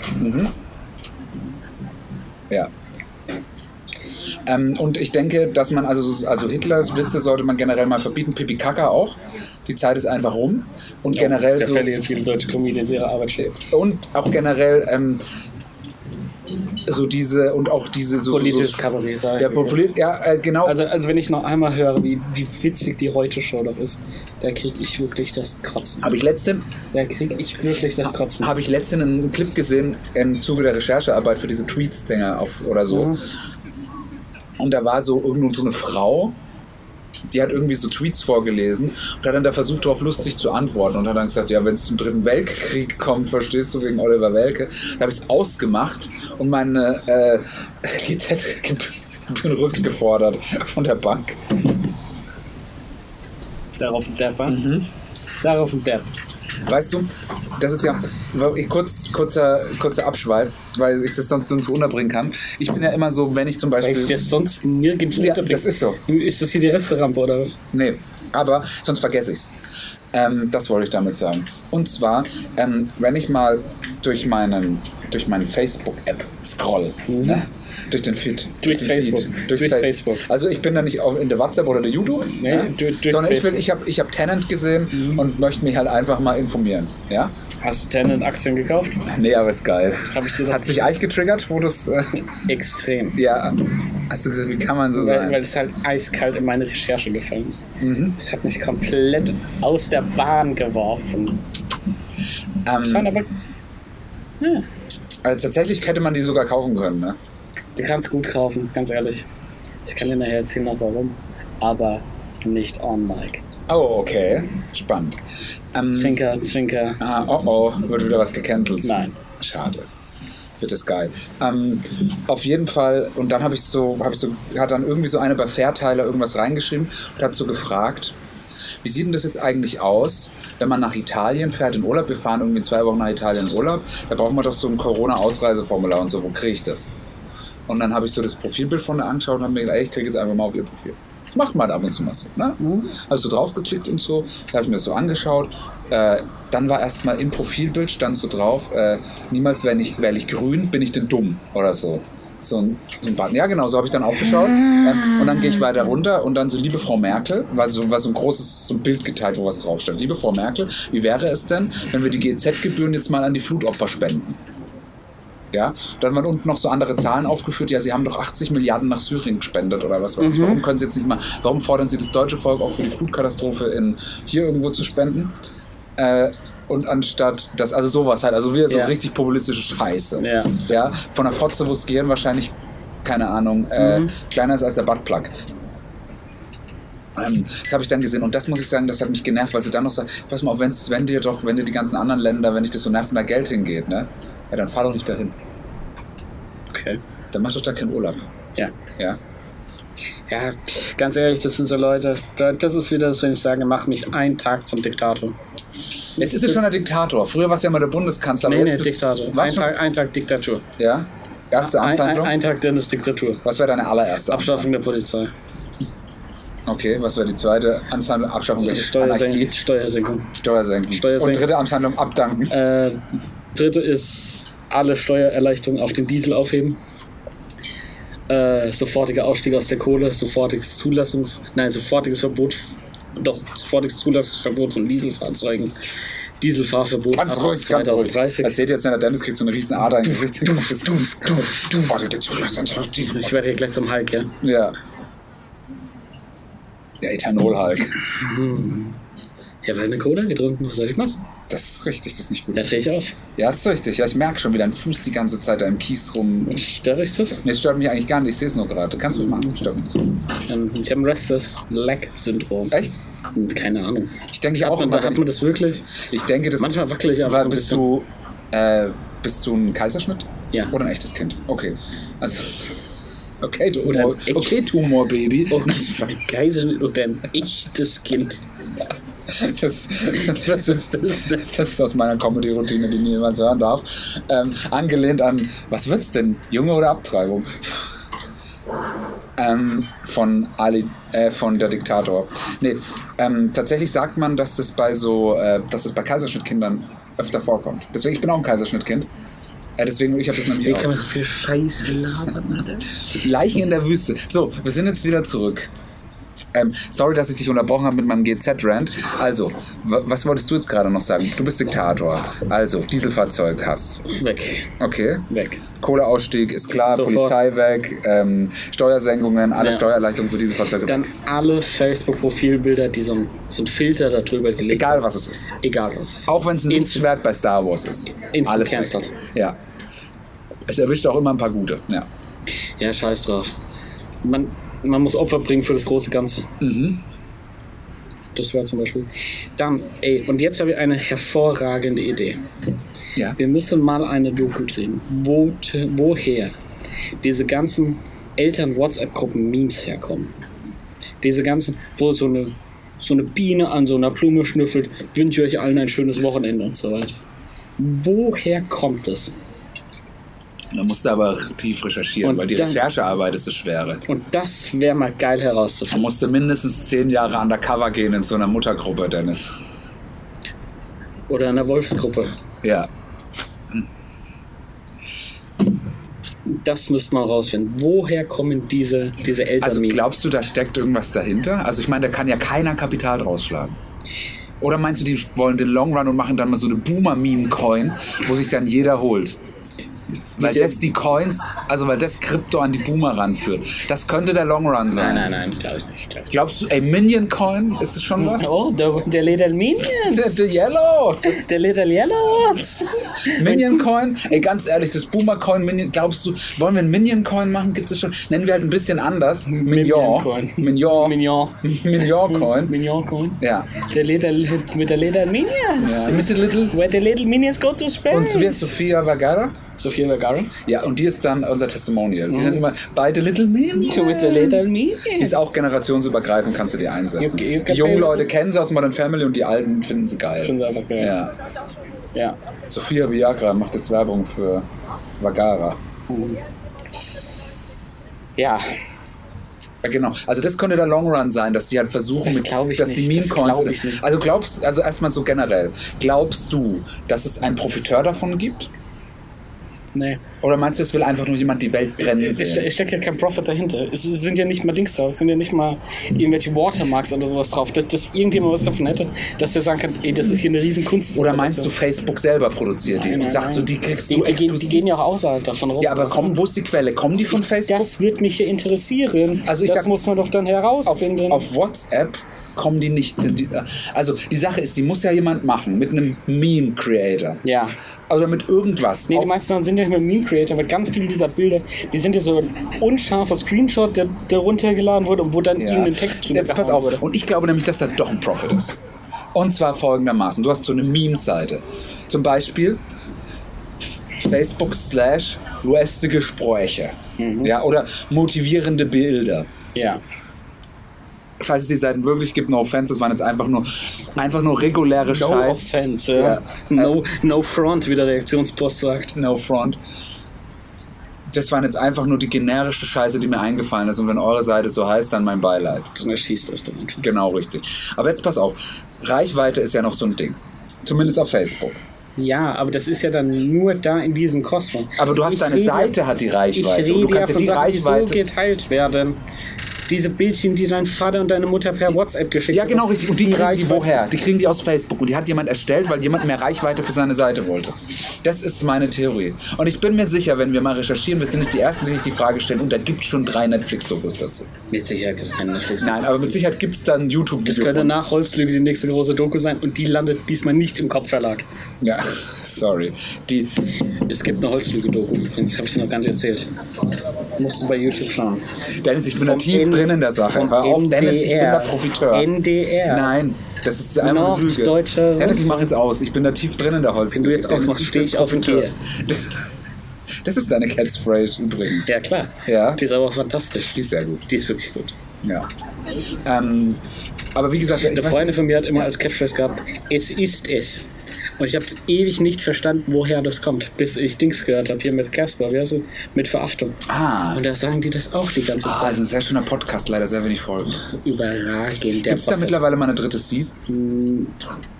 C: Ja. Ähm, und ich denke, dass man, also, so- also Hitlers Witze sollte man generell mal verbieten, Pipi Kaka auch. Die Zeit ist einfach rum. Und generell
B: Der
C: so.
B: verlieren viele deutsche Comedians ihre Arbeit schwer.
C: Und auch generell ähm, so diese und auch diese so.
B: Politisches
C: so, so,
B: Kabarett, sag ich.
C: ja,
B: wie es ist.
C: populi- ja äh, genau.
B: Also, also wenn ich noch einmal höre, wie, wie witzig die Heute-Show doch ist, da kriege ich wirklich das Kotzen.
C: habe ich letztens
B: Da kriege ich wirklich das Kotzen.
C: habe ich letztens einen Clip gesehen im Zuge der Recherchearbeit für diese Tweets-Dinger auf- oder so.
B: Mhm.
C: Und da war so irgendwo so eine Frau, die hat irgendwie so Tweets vorgelesen und hat dann da versucht, darauf lustig zu antworten und hat dann gesagt, ja, wenn es zum Dritten Weltkrieg kommt, verstehst du, wegen Oliver Welke. Da habe ich es ausgemacht und meine äh, GZ rückgefordert von der Bank.
B: Darauf ein Depp, mhm. Darauf ein Depp.
C: Weißt du, das ist ja kurz, kurzer, kurzer Abschweif, weil ich das sonst nirgendwo unterbringen kann. Ich bin ja immer so, wenn ich zum
B: Weil
C: Beispiel.
B: ich das sonst nirgendwo
C: ja,
B: unterbringe.
C: das ist so.
B: Ist das hier die Resterampe oder was?
C: Nee, aber sonst vergesse ich's. Ähm, das wollte ich damit sagen. Und zwar, ähm, wenn ich mal durch meinen, durch meine Facebook-App scroll, ne? durch den Feed.
B: Mhm. Durch
C: den
B: Facebook.
C: Feed,
B: Durch
C: Face-
B: Facebook.
C: Also ich bin da nicht auch in der WhatsApp oder der YouTube,
B: Nee,
C: ja?
B: durch- durch
C: sondern ich
B: Facebook.
C: will,
B: Mhm.
C: ich habe ich hab Tenant gesehen und möchte mich halt einfach mal informieren. Ja?
B: Hast du Tenant Aktien gekauft?
C: Nee, aber ist geil.
B: Hab ich dir doch-
C: Hat sich eigentlich getriggert, wo das, äh,
B: Extrem.
C: ja, hast du gesagt, wie kann man so
B: Weil,
C: sein?
B: weil es halt eiskalt in meine Recherche gefallen ist. Es hat mich komplett aus der Bahn geworfen. Schon,
C: ähm,
B: aber
C: also tatsächlich hätte man die sogar kaufen können, ne?
B: du kannst gut kaufen, ganz ehrlich. Ich kann dir nachher erzählen, noch warum. Aber nicht on Mike.
C: Oh, okay. Spannend. Ähm,
B: Zwinker, Zwinker.
C: ah, oh, oh, wird wieder was gecancelt.
B: Nein.
C: Schade. Wird das geil. Ähm, auf jeden Fall, und dann habe ich so, habe ich so, hat dann irgendwie so eine bei Fairteiler irgendwas reingeschrieben und hat so gefragt, wie sieht denn das jetzt eigentlich aus, wenn man nach Italien fährt in Urlaub? Wir fahren irgendwie zwei Wochen nach Italien in Urlaub. Da brauchen wir doch so ein Corona-Ausreiseformular und so. Wo kriege ich das? Und dann habe ich so das Profilbild von der angeschaut und habe mir gedacht, ey, ich klicke jetzt einfach mal auf ihr Profil. Mach mal ab und zu mal so. Ne? Habe so draufgeklickt und so, da habe ich mir das so angeschaut. Äh, dann war erstmal im Profilbild stand so drauf, äh, niemals wäre ich, wär ich grün, bin ich denn dumm oder so. So ein, so ein Button. Ja, genau, so habe ich dann auch geschaut. Ähm, und dann gehe ich weiter runter und dann so, liebe Frau Merkel, war so, war so ein großes so ein Bild geteilt, wo was drauf stand. Liebe Frau Merkel, wie wäre es denn, wenn wir die GEZ-Gebühren jetzt mal an die Flutopfer spenden? Ja, dann waren unten noch so andere Zahlen aufgeführt. Ja, sie haben doch 80 Milliarden nach Syrien gespendet oder was
B: Mhm.
C: weiß ich. Warum können sie jetzt nicht mal, warum fordern sie das deutsche Volk auf für die Flutkatastrophe in hier irgendwo zu spenden? Äh, und anstatt das, also sowas halt, also wieder so
B: Ja.
C: richtig populistische Scheiße.
B: Ja.
C: ja. Von einer Fotze, wo das Gehirn wahrscheinlich, keine Ahnung, äh,
B: Mhm.
C: kleiner ist als der Buttplug. Ähm, das habe ich dann gesehen und das muss ich sagen, das hat mich genervt, weil sie dann noch sagt, pass mal auf, wenn's, wenn dir doch, wenn dir die ganzen anderen Länder, wenn dich das so nervt, wenn da Geld hingeht, ne? Ja, dann fahr doch nicht dahin.
B: Okay.
C: Dann mach doch da keinen Urlaub.
B: Ja.
C: Ja.
B: Ja, pff, ganz ehrlich, das sind so Leute, da- das ist wieder das, wenn ich sage, mach mich einen Tag zum Diktator.
C: Jetzt ist es schon der Diktator. Früher war es ja immer der Bundeskanzler.
B: Nee,
C: aber
B: nee,
C: jetzt bist-
B: Diktator. Ein
C: war's schon-
B: Tag, ein Tag Diktatur.
C: Ja? Erste
B: Ein, ein,
C: Amtshandlung?
B: ein Tag Dennis Diktatur.
C: was wäre deine allererste?
B: Abschaffung der Polizei.
C: Amtshandlung? Okay, was wäre die zweite Amtshandlung? Abschaffung der
B: Steuersenkung.
C: Anarchie?
B: Steuersenkung.
C: Steuersenken.
B: Steuersenken.
C: Und dritte Amtshandlung abdanken.
B: Äh, dritte ist alle Steuererleichterungen auf den Diesel aufheben. Äh, sofortiger Ausstieg aus der Kohle, sofortiges Zulassungs, nein, sofortiges Verbot, doch, sofortiges Zulassungsverbot von Dieselfahrzeugen. Dieselfahrverbot
C: Ganz
B: ab
C: ruhig, ganz ruhig.
B: 2030.
C: Das seht ihr jetzt nicht, der Dennis kriegt so eine riesen Ader im Gesicht. Oh, Warte, jetzt schon, lass dann schon diesen-
B: Ich werde hier gleich zum Hulk, ja.
C: Ja. Der Ethanol halt.
B: Ich habe halt eine Cola getrunken, was soll ich machen?
C: Das ist richtig, das ist nicht gut.
B: Da drehe ich auf.
C: Ja, das ist richtig. Ja, ich merke schon, wie dein Fuß die ganze Zeit da im Kies rum.
B: Stört euch das?
C: Nee, Das stört mich eigentlich gar nicht, ich sehe es nur gerade. Kannst du mich machen? Stört mich nicht.
B: Ähm, Ich habe ein Restless Leg Syndrom.
C: Echt?
B: Keine Ahnung.
C: Ich denke ich
B: Hat
C: auch
B: man,
C: immer.
B: da,
C: wenn
B: hat man
C: Ich,
B: das wirklich?
C: ich denke, das
B: Manchmal wackel ich aber
C: Warte,
B: so ein
C: bist
B: bisschen.
C: du, äh, bist du ein Kaiserschnitt?
B: Ja.
C: Oder ein echtes Kind? Okay. Also, okay,
B: Oder ein
C: Tumor,
B: echtes-
C: okay, Tumor Baby.
B: Oh, Geiseln und ein echtes Kind.
C: Das,
B: Was
C: das,
B: ist das? denn?
C: das ist aus meiner Comedy-Routine, die niemand hören darf. Ähm, angelehnt an, was wird's denn? Junge oder Abtreibung? Ähm, von Ali, äh, von der Diktator. Nee, ähm, tatsächlich sagt man, dass das bei so, äh, dass das bei Kaiserschnittkindern öfter vorkommt. Deswegen, ich bin auch ein Kaiserschnittkind. Äh, deswegen, ich habe das nämlich
B: Wie
C: auch.
B: kann man so viel Scheiße labern, Alter?
C: Leichen in der Wüste. So, wir sind jetzt wieder zurück. Ähm, sorry, dass ich dich unterbrochen habe mit meinem GZ-Rant. Also, wa- was wolltest du jetzt gerade noch sagen? Du bist Diktator. Also, Dieselfahrzeug hast.
B: Weg,
C: Okay.
B: weg.
C: Kohleausstieg ist klar,
B: Sofort.
C: Polizei weg, ähm, Steuersenkungen, alle
B: Ja.
C: Steuererleichterungen für Dieselfahrzeuge.
B: Dann alle Facebook-Profilbilder, die so ein, so ein Filter darüber gelegt
C: Egal, was es ist.
B: haben. Egal was.
C: Auch wenn es ein
B: Instant-
C: Lichtschwert bei Star Wars ist.
B: Instant
C: weg.
B: cancelled.
C: Ja. Es erwischt auch immer ein paar gute. Ja.
B: Ja, scheiß drauf. Man, man muss Opfer bringen für das große Ganze.
C: Mhm.
B: Das wäre zum Beispiel. Dann, ey, und jetzt habe ich eine hervorragende Idee.
C: Ja.
B: Wir müssen mal eine Doku drehen. Wo, woher diese ganzen Eltern-WhatsApp-Gruppen-Memes herkommen. Diese ganzen, wo so eine, so eine Biene an so einer Blume schnüffelt, wünsche ich euch allen ein schönes Wochenende und so weiter. Woher kommt das?
C: Da musst du aber tief recherchieren,
B: Und
C: weil die
B: dann-
C: Recherchearbeit ist das Schwere.
B: Und das wäre mal geil
C: Man
B: herauszufinden.
C: musste mindestens zehn Jahre undercover gehen in so einer Muttergruppe, Dennis.
B: Oder in der Wolfsgruppe.
C: Ja.
B: Das müsste man rausfinden. Woher kommen diese, diese Eltern?
C: Also glaubst du, da steckt irgendwas dahinter? Also ich meine, da kann ja keiner Kapital rausschlagen. Oder meinst du, die wollen den Long Run und machen dann mal so eine Boomer-Meme-Coin, wo sich dann jeder holt? Weil
B: Mit dem-
C: das die Coins, also weil das Krypto an die Boomer ranführt. Das könnte der Long Run sein.
B: nein, nein, nein, glaube ich nicht. Glaub ich
C: Glaubst du, ey, Minion Coin, ist es schon was?
B: nicht. Oh, der, der Little Minions.
C: The, the Yellow!
B: Der Little Yellows.
C: Minion Coin? Ey, ganz ehrlich, das Boomer Coin, Minion, glaubst du, wollen wir einen Minion Coin machen? Gibt es schon? Nennen wir halt ein bisschen anders. Minion.
B: Coin.
C: Minion.
B: Mignon.
C: Minion Coin.
B: Mignon Coin.
C: Ja.
B: Der Little, mit der Little Minions.
C: Ja. Mit den Little-
B: Where the Little Minions go to space.
C: Und wir Sophia Vergara?
B: Sophia Vergara.
C: Ja, und die ist dann unser Testimonial. Die sind immer beide Little Minions.
B: With the Little
C: Die ist
B: Minions.
C: auch generationsübergreifend, kannst du die einsetzen.
B: You- you
C: Die
B: can
C: jungen
B: play-
C: Leute kennen sie aus Modern Family und die alten finden sie
B: Ich finde es
C: geil.
B: einfach geil.
C: Ja.
B: ja.
C: Sophia Viagra macht jetzt Werbung für Vergara.
B: Ja,
C: Ja, genau. Also das könnte der Long Run sein, dass die halt versuchen,
B: Das
C: mit,
B: glaub ich
C: dass die
B: nicht,
C: Meme
B: das
C: Coins.
B: glaub ich nicht.
C: Also glaubst, also erstmal so generell, glaubst du, dass es einen Profiteur davon gibt?
B: nee.
C: Oder meinst du, es will einfach nur jemand die Welt brennen
B: Es
C: sehen?
B: ste- es steckt ja kein Profit dahinter. Es sind ja nicht mal Dings drauf, es sind ja nicht mal irgendwelche Watermarks oder sowas drauf, dass, dass irgendjemand was davon hätte, dass der sagen kann, ey, das ist hier eine riesen Kunst.
C: Oder meinst du, Facebook selber produziert die
B: Nein,
C: und
B: nein,
C: sagt so,
B: nein.
C: die kriegst
B: die,
C: du
B: die, gehen, die
C: exklusiv?
B: gehen ja auch außerhalb davon rum.
C: Ja, aber
B: Was-
C: komm, wo ist die Quelle? Kommen die von Facebook?
B: Das wird mich hier interessieren.
C: Also ich
B: das
C: sag-
B: muss man doch dann
C: auf,
B: herausfinden.
C: auf WhatsApp kommen die nicht. Sind die, also die Sache ist, die muss ja jemand machen mit einem Meme-Creator.
B: ja.
C: Oder mit irgendwas.
B: Nee,
C: Auch-
B: die meisten Sachen sind ja immer Meme Creator, weil ganz viele dieser Bilder, die sind ja so ein unscharfer Screenshot, der, der runtergeladen wurde und wo dann
C: ja.
B: irgendein Text drüber
C: Jetzt pass
B: gehauen
C: auf.
B: wurde.
C: Und ich glaube nämlich, dass da doch ein Profit ist. Und zwar folgendermaßen. Du hast so eine Meme-Seite. Zum Beispiel Facebook slash lustige Gespräche.
B: Mhm.
C: Ja, oder motivierende Bilder.
B: Ja.
C: falls es die Seiten wirklich gibt, no offense, das waren jetzt einfach nur, einfach nur reguläre
B: No
C: Scheiß.
B: offense, ja.
C: Äh,
B: No, no front, wie der Reaktionspost sagt.
C: No front. Das waren jetzt einfach nur die generische Scheiße, die mir eingefallen ist. Und wenn eure Seite so heißt, dann mein Beileid.
B: Und er schießt euch dann einfach.
C: Genau richtig. Aber jetzt pass auf. Reichweite ist ja noch so ein Ding. Zumindest auf Facebook.
B: Ja, aber das ist ja dann nur da in diesem Kosmos.
C: Aber du hast
B: Ich
C: deine
B: rede-
C: Seite, hat die
B: Ich
C: Reichweite.
B: rede
C: Und du kannst
B: ja
C: ja
B: von
C: die
B: Sachen, die so
C: Reichweite.
B: geteilt werden. Diese Bildchen, die dein Vater und deine Mutter per WhatsApp geschickt
C: Ja,
B: haben.
C: genau richtig. Und die kriegen die
B: Reichweite-
C: woher? Die kriegen die aus Facebook. Und die hat jemand erstellt, weil jemand mehr Reichweite für seine Seite wollte. Das ist meine Theorie. Und ich bin mir sicher, wenn wir mal recherchieren, wir sind nicht die Ersten, die sich die Frage stellen. Und da gibt es schon drei Netflix-Dokus dazu.
B: Mit Sicherheit gibt es keinen Netflix.
C: Nein, aber mit Sicherheit gibt es da ein YouTube-Video.
B: Das könnte
C: von.
B: nach Holzlüge die nächste große Doku sein und die landet diesmal nicht im Kopfverlag.
C: Ja, sorry. Die,
B: Es gibt eine Holzlüge-Doku, das habe ich dir noch gar nicht erzählt. Musst du bei YouTube schauen.
C: Dennis, ich bin da
B: Vom
C: tief
B: N-
C: drin in der Sache.
B: vom
C: Hör auf, Dennis, ich bin
B: NDR.
C: da Profiteur.
B: NDR.
C: Nein, das ist einfach eine Lüge.
B: Norddeutscher
C: Dennis, ich mach jetzt aus. Ich bin da tief drin in der Holz.
B: Wenn du jetzt
C: Dennis,
B: ausmachst,
C: ich
B: steh
C: bin
B: ich auf und
C: Profiteur.
B: gehe.
C: Das, das ist deine Catchphrase übrigens.
B: Ja, klar.
C: Ja.
B: Die ist aber fantastisch.
C: Die ist sehr gut.
B: Die ist wirklich gut.
C: Ja. Ähm, aber wie gesagt, ich
B: Eine
C: weiß-
B: Freundin von mir hat immer als Catchphrase gehabt, es ist es. Und ich habe ewig nicht verstanden, woher das kommt, bis ich Dings gehört habe, hier mit Casper, wie heißt sie? Mit Verachtung.
C: Ah.
B: Und da sagen die das auch die ganze
C: Ah,
B: Zeit.
C: ist ein sehr schöner Podcast, leider sehr wenig Folgen.
B: Überragend. der
C: Gibt es da
B: Podcast.
C: mittlerweile mal eine dritte Season?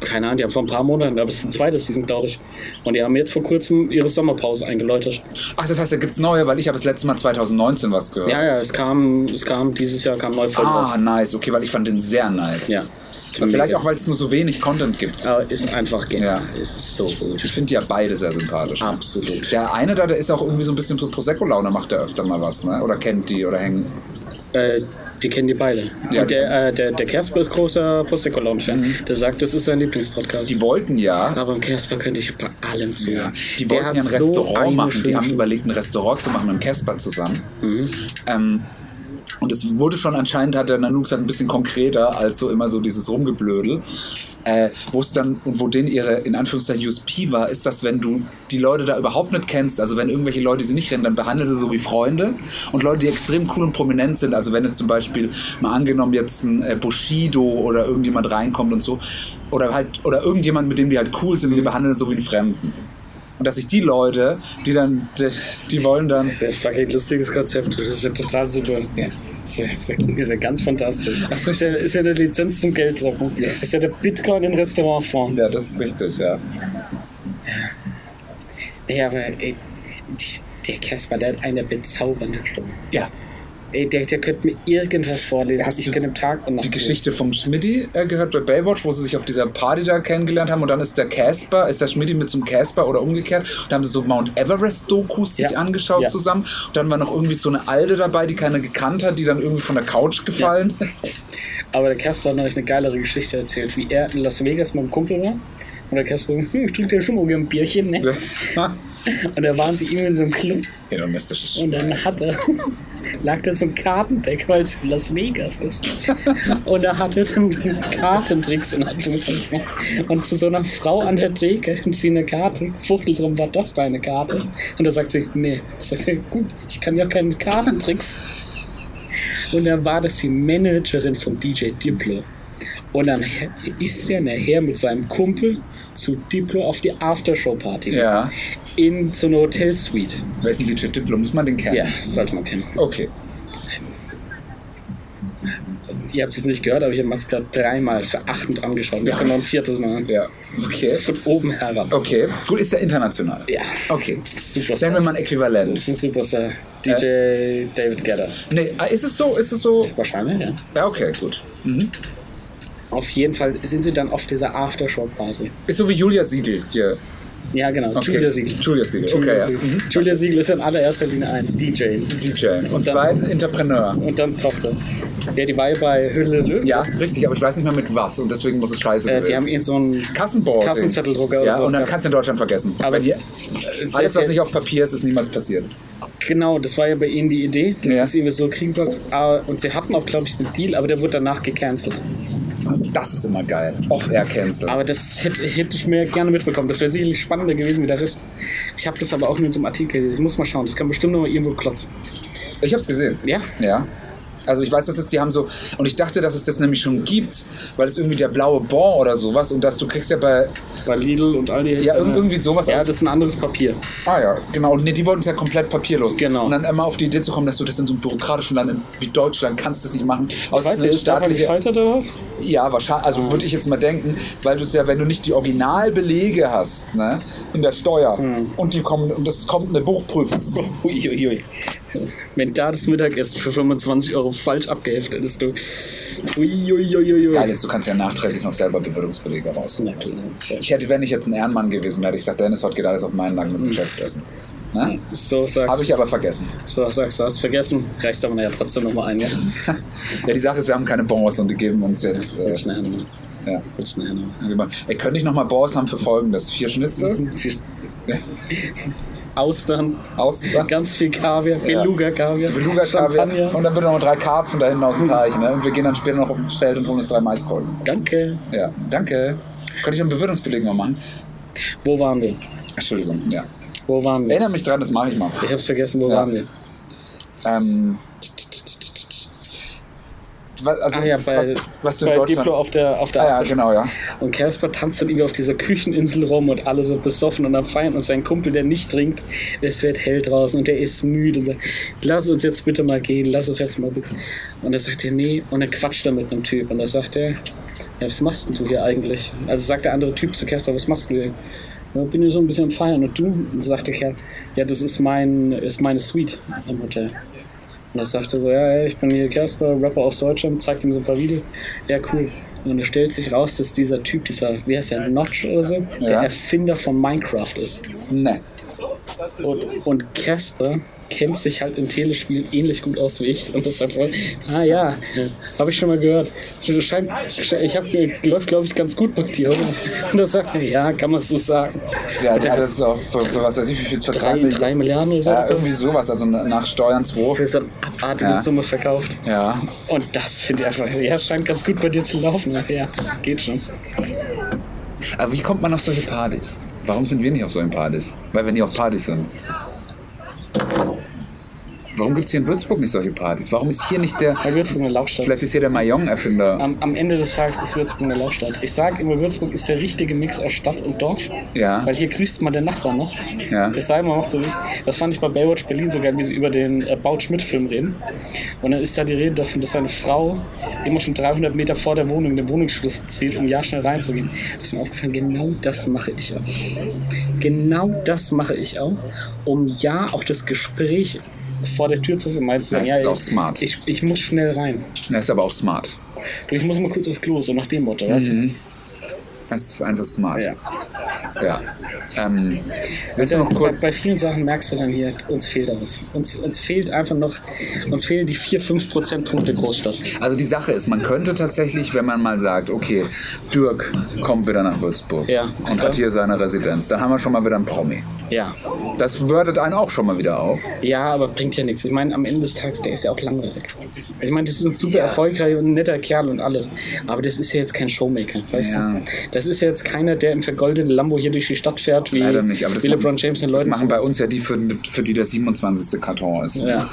B: Keine Ahnung, die haben vor ein paar Monaten, aber es ist ein zweites Season, glaube ich. Und die haben jetzt vor kurzem ihre Sommerpause eingeläutet.
C: Ach, das heißt, da gibt es neue, weil ich habe das letzte Mal 2019 was gehört.
B: Ja, ja, es kam, es kam dieses Jahr kam neu voll
C: Ah,
B: raus.
C: nice. Okay, weil ich fand den sehr nice.
B: Ja.
C: Aber vielleicht auch, weil es nur so wenig Content gibt.
B: Aber ist einfach genial.
C: Ja.
B: Es ist so
C: Ich
B: gut.
C: finde die ja beide sehr sympathisch. ne?
B: Absolut.
C: Der eine da, der ist auch irgendwie so ein bisschen so Prosecco-Laune, macht der öfter mal was, ne? Oder kennt die oder hängen.
B: Äh, die kennen die beide.
C: Ja. genau. Mhm.
B: Und der, äh, der, der Casper ist großer prosecco lounge fan Der sagt, das ist sein Lieblingspodcast.
C: Die wollten ja.
B: aber im Casper könnte ich bei allem
C: Ja.
B: zuhören.
C: Die
B: Der
C: wollten ja
B: hat
C: ein
B: so
C: Restaurant
B: eine
C: machen. Die
B: schöne
C: haben
B: Stimme.
C: überlegt, ein Restaurant zu machen mit Casper zusammen. Ähm, und es wurde schon anscheinend, hat der Nanook gesagt, ein bisschen konkreter als so immer so dieses Rumgeblödel. Äh, wo es dann, und wo denen ihre, in Anführungszeichen, USP war, ist, dass wenn du die Leute da überhaupt nicht kennst, also wenn irgendwelche Leute sie nicht kennen, dann behandle sie so wie Freunde. Und Leute, die extrem cool und prominent sind, also wenn jetzt zum Beispiel, mal angenommen, jetzt ein äh, Bushido oder irgendjemand reinkommt und so, oder halt, oder irgendjemand, mit dem die halt cool sind, die behandeln sie so wie einen Fremden. Und dass sich die Leute, die dann, die, die wollen dann,
B: Das ist ein fucking lustiges Konzept. Das ist ja total super.
C: Ja.
B: Das ist, ja- das ist ja ganz fantastisch. Das ist ja, ist ja eine Lizenz zum Gelddrucken. Das ist ja der Bitcoin in Restaurantform.
C: ja, das ist richtig, ja.
B: Nee, aber ey, die, der Casper, der hat eine bezaubernde Stimme.
C: Ja,
B: Ey, der, der könnte mir irgendwas vorlesen.
C: Hast
B: ich
C: du
B: könnte im Tag und Nacht
C: die Geschichte vom Schmidti äh, gehört bei Baywatch, wo sie sich auf dieser Party da kennengelernt haben und dann ist der Casper, ist der Schmidti mit zum Casper oder umgekehrt und da haben sie so Mount Everest Dokus sich
B: Ja.
C: angeschaut
B: Ja.
C: zusammen und dann war noch irgendwie so eine Alte dabei, die keiner gekannt hat, die dann irgendwie von der Couch gefallen.
B: lesen. Aber der Casper hat neulich eine geilere Geschichte erzählt, wie er in Las Vegas mit einem Kumpel war. Und der Casper, hm, ich trinke ja schon mal gerne ein Bierchen, ne? Und da waren sie irgendwie in so einem Club
C: Hedonistisches Sch-
B: Und dann hatte, lag da so ein Kartendeck, weil es in Las Vegas ist. Und da hatte dann Kartentricks in Anführungszeichen. Und zu so einer Frau an der Theke nimmt sie eine Karte, fuchtelt drum, war das deine Karte? Und da sagt sie, nee. Ich sagte, gut, ich kann ja keine Kartentricks. Und dann war das die Managerin von DJ Diplo. Und dann ist der nachher mit seinem Kumpel zu Diplo auf die Aftershow-Party
C: Ja.
B: in so eine Hotelsuite.
C: Wer ist denn DJ Diplo? Muss man den kennen?
B: Ja, sollte man kennen.
C: Okay.
B: Ihr habt es jetzt nicht gehört, aber ich habe Mats gerade dreimal verachtend angeschaut. Jetzt kommt noch ein viertes Mal.
C: Ja.
B: Das
C: Okay.
B: ist Von oben herab.
C: Okay. Gut, ist ja international.
B: Ja.
C: Okay.
B: Superstar.
C: Nennen wir mal ein
B: Das
C: Äquivalent.
B: ist ein Superstar. DJ David Gedder.
C: Nee, ah, ist es so? Ist es so?
B: Wahrscheinlich, ja.
C: Ja, okay, gut.
B: Auf jeden Fall sind sie dann auf dieser Aftershow-Party.
C: Ist so wie Julia Siegel hier.
B: Ja, genau.
C: Okay.
B: Julia Siegel.
C: Julia Siegel,
B: Julia,
C: okay. ja. Mhm.
B: Siegel. Julia Siegel ist in allererster Linie eins, DJ.
C: DJ. Und
B: dann-
C: zwei Entrepreneur.
B: Und dann Tochter. Ja, die war ja bei Hülle Löwen.
C: Ja, richtig, aber ich weiß nicht mehr mit was und deswegen muss es scheiße
B: Äh,
C: werden.
B: die haben irgend so einen
C: Kassenboard.
B: Kassenzetteldrucker oder
C: Ja,
B: sowas
C: und dann
B: gehabt.
C: kannst du in Deutschland vergessen.
B: Aber
C: Wenn
B: es-
C: ihr, alles, was
B: jetzt-
C: nicht auf Papier ist, ist niemals passiert.
B: Genau, das war ja bei ihnen die Idee, dass
C: Ja.
B: sie es irgendwie so kriegen sollten. Ah, Und sie hatten auch, glaube ich, einen Deal, aber der wurde danach gecancelt.
C: Das ist immer geil. Off-Air-Cancel.
B: Aber das hätte, hätte ich mir gerne mitbekommen. Das wäre sicherlich spannender gewesen wie der Rest. Ich habe das aber auch nur in so einem Artikel gelesen. Ich muss mal schauen. Das kann bestimmt noch mal irgendwo klotzen.
C: Ich hab's gesehen.
B: Ja?
C: Ja. Also ich weiß, dass es, die haben so, und ich dachte, dass es das nämlich schon gibt, weil es irgendwie der blaue Bon oder sowas und dass du kriegst ja bei,
B: Bei Lidl und Aldi.
C: ja irg- irgendwie sowas.
B: Ja, das ist ein anderes Papier.
C: ah ja, genau. Und nee, die wollten es ja komplett papierlos.
B: Genau.
C: Und dann immer auf die Idee zu kommen, dass du das in so einem bürokratischen Land wie Deutschland kannst du das nicht machen.
B: Ich weiß nicht, ist daran gescheitert oder was?
C: Ja, wahrscheinlich, also würde ich jetzt mal denken, weil du es ja, wenn du nicht die Originalbelege hast, ne, in der Steuer und die kommen, und das kommt eine Buchprüfung.
B: Uiuiui. Wenn da das Mittagessen für 25 Euro falsch abgeheftet ist, du. Uiuiuiui.
C: Geil ist, du kannst ja nachträglich noch selber Bewirtungsbelege rausholen.
B: Na klar.
C: Ich hätte, wenn ich jetzt ein Ehrenmann gewesen wäre, hätte ich gesagt, Dennis, heute geht alles auf meinen Nacken, das Geschäftsessen. Ne?
B: So sagst
C: Habe
B: du.
C: ich aber vergessen.
B: So sagst du, hast vergessen. Reichst aber ja trotzdem nochmal ein. Ja?
C: Ja, die Sache ist, wir haben keine Bons und die geben uns jetzt. Äh,
B: Willst du eine Hände?
C: ja.
B: Willst du eine Hände?
C: Ey, könnte ich nochmal Bons haben für folgendes? Mhm, Vier Schnitzel,
B: Viel- Austern,
C: Austern,
B: ganz viel Kaviar,
C: Ja.
B: Beluga-Kaviar,
C: Beluga-Schabe
B: Champagner.
C: und dann würde noch drei Karpfen da hinten aus dem Teich. Ne? Und wir gehen dann später noch auf dem Feld und holen uns drei Maiskolben.
B: Danke.
C: Ja, danke. Könnte ich einen Bewirtungsbeleg mal machen?
B: Wo waren wir?
C: Entschuldigung, ja.
B: Wo waren wir?
C: Erinnere mich dran, das mache ich mal.
B: Ich hab's vergessen, wo
C: Ja.
B: waren wir?
C: Ähm, was, also,
B: Ach Ah ja, bei,
C: was, was du in
B: bei
C: Deutschland...
B: Diplo auf der, auf der
C: ah ja,
B: Aftershow.
C: genau, ja.
B: Und Casper tanzt dann irgendwie auf dieser Kücheninsel rum und alle sind besoffen und am Feiern und sein Kumpel, der nicht trinkt, es wird hell draußen und der ist müde und sagt, lass uns jetzt bitte mal gehen, lass uns jetzt mal bitte. Und er sagt er, nee, und dann quatscht er mit einem Typ und dann sagt er, ja, was machst denn du hier eigentlich? Also sagt der andere Typ zu Casper, was machst du hier? Ja, bin hier so ein bisschen am Feiern und du? Und dann sagt der Kerl, ja, das ist, mein, ist meine Suite im Hotel. Und er sagte so, ja, ey, ich bin hier Casper, Rapper aus Deutschland, zeigt ihm so ein paar Videos. Ja, cool. Und er stellt sich raus, dass dieser Typ, dieser, wie heißt der, Notch oder so, der
C: Ja.
B: Erfinder von Minecraft ist.
C: Ne.
B: Und, und Casper kennt sich halt in Telespielen ähnlich gut aus wie ich. Und deshalb so, ah ja, habe ich schon mal gehört. Also Scheint, ich hab, läuft, glaube ich, ganz gut bei dir. oder? Und er sagt, er, ja, kann man so sagen.
C: Ja, der hat das auch für, für was weiß ich, wie viel für
B: Drei, drei Milliarden oder so.
C: Ja, irgendwie sowas, also nach Steuern 2.
B: für so eine abartige
C: Ja.
B: Summe verkauft.
C: Ja,
B: Und das finde ich einfach, ja, scheint ganz gut bei dir zu laufen. Ja, geht schon.
C: aber wie kommt man auf solche Partys? Warum sind wir nicht auf solchen Partys? Weil wir nie auf Partys sind. Warum gibt es hier in Würzburg nicht solche Partys? Warum ist hier nicht der...
B: Bei Würzburg eine Laufstadt.
C: Vielleicht ist hier der Mayong-Erfinder.
B: Am, am Ende des Tages ist Würzburg eine Laufstadt. Ich sage immer, Würzburg ist der richtige Mix aus Stadt und Dorf.
C: Ja.
B: Weil hier grüßt man den Nachbarn noch.
C: Ja.
B: Das sei man macht so nicht. Das fand ich bei Baywatch Berlin so geil, wie sie über den äh, Baut-Schmidt-Film reden. Und dann ist da die Rede davon, dass seine Frau immer schon 300 Meter vor der Wohnung den Wohnungsschluss zieht, um ja schnell reinzugehen. Da ist mir aufgefallen, genau das mache ich auch. Genau das mache ich auch, um ja auch das Gespräch vor der Tür zu führen. Meinst du,
C: Das
B: ja,
C: ist
B: ich-
C: auch smart.
B: Ich, ich muss schnell rein.
C: Der ist aber auch smart.
B: Du, ich muss mal kurz aufs Klo, so nach dem Motto, weißt
C: Mhm.
B: du?
C: Das ist einfach smart.
B: Ja.
C: Ja. Ähm, willst du noch
B: bei,
C: kurz.
B: bei vielen Sachen merkst du dann hier, uns fehlt da was. Uns, uns fehlt einfach noch, uns fehlen die 4-5 Prozentpunkte Großstadt.
C: Also die Sache ist, man könnte tatsächlich, wenn man mal sagt, okay, Dirk kommt wieder nach Würzburg
B: Ja.
C: und hat hier seine Residenz, dann haben wir schon mal wieder einen Promi.
B: Ja.
C: Das würdet einen auch schon mal wieder auf.
B: Ja, aber bringt ja nichts. Ich meine, am Ende des Tages, der ist ja auch langweilig. Ich meine, das ist ein super erfolgreicher und netter Kerl und alles. Aber das ist ja jetzt kein Showmaker, weißt
C: Ja.
B: du? Das ist ja jetzt keiner, der im vergoldeten Lambo hier durch die Stadt fährt, wie,
C: Leider nicht. Aber das,
B: wie
C: machen-
B: LeBron James den
C: das
B: Leuten.
C: machen bei uns ja die, für, für die der 27. Karton ist.
B: ja.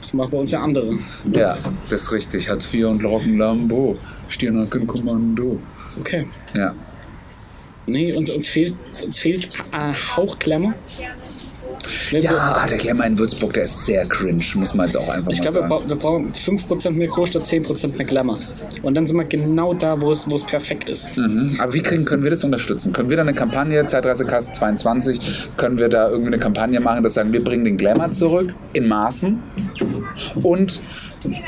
B: Das machen bei uns ja andere.
C: Ja, das ist richtig. Hartz IV und Locken Lambo. Stirnacken Kommando.
B: Okay.
C: Ja.
B: Nee, uns, uns fehlt, uns fehlt äh, Hauchklammer.
C: Ja, der Glamour in Würzburg, der ist sehr cringe, muss man jetzt auch einfach
B: Ich
C: mal
B: glaube, wir,
C: sagen.
B: bra wir brauchen 5% mehr Groß statt 10% mehr Glamour. Und dann sind wir genau da, wo es wo es perfekt ist.
C: Mhm. Aber wie kriegen, können wir das unterstützen? Können wir da eine Kampagne, Zeitreisekast 22, können wir da irgendwie eine Kampagne machen, dass sagen, wir bringen den Glamour zurück in Maßen und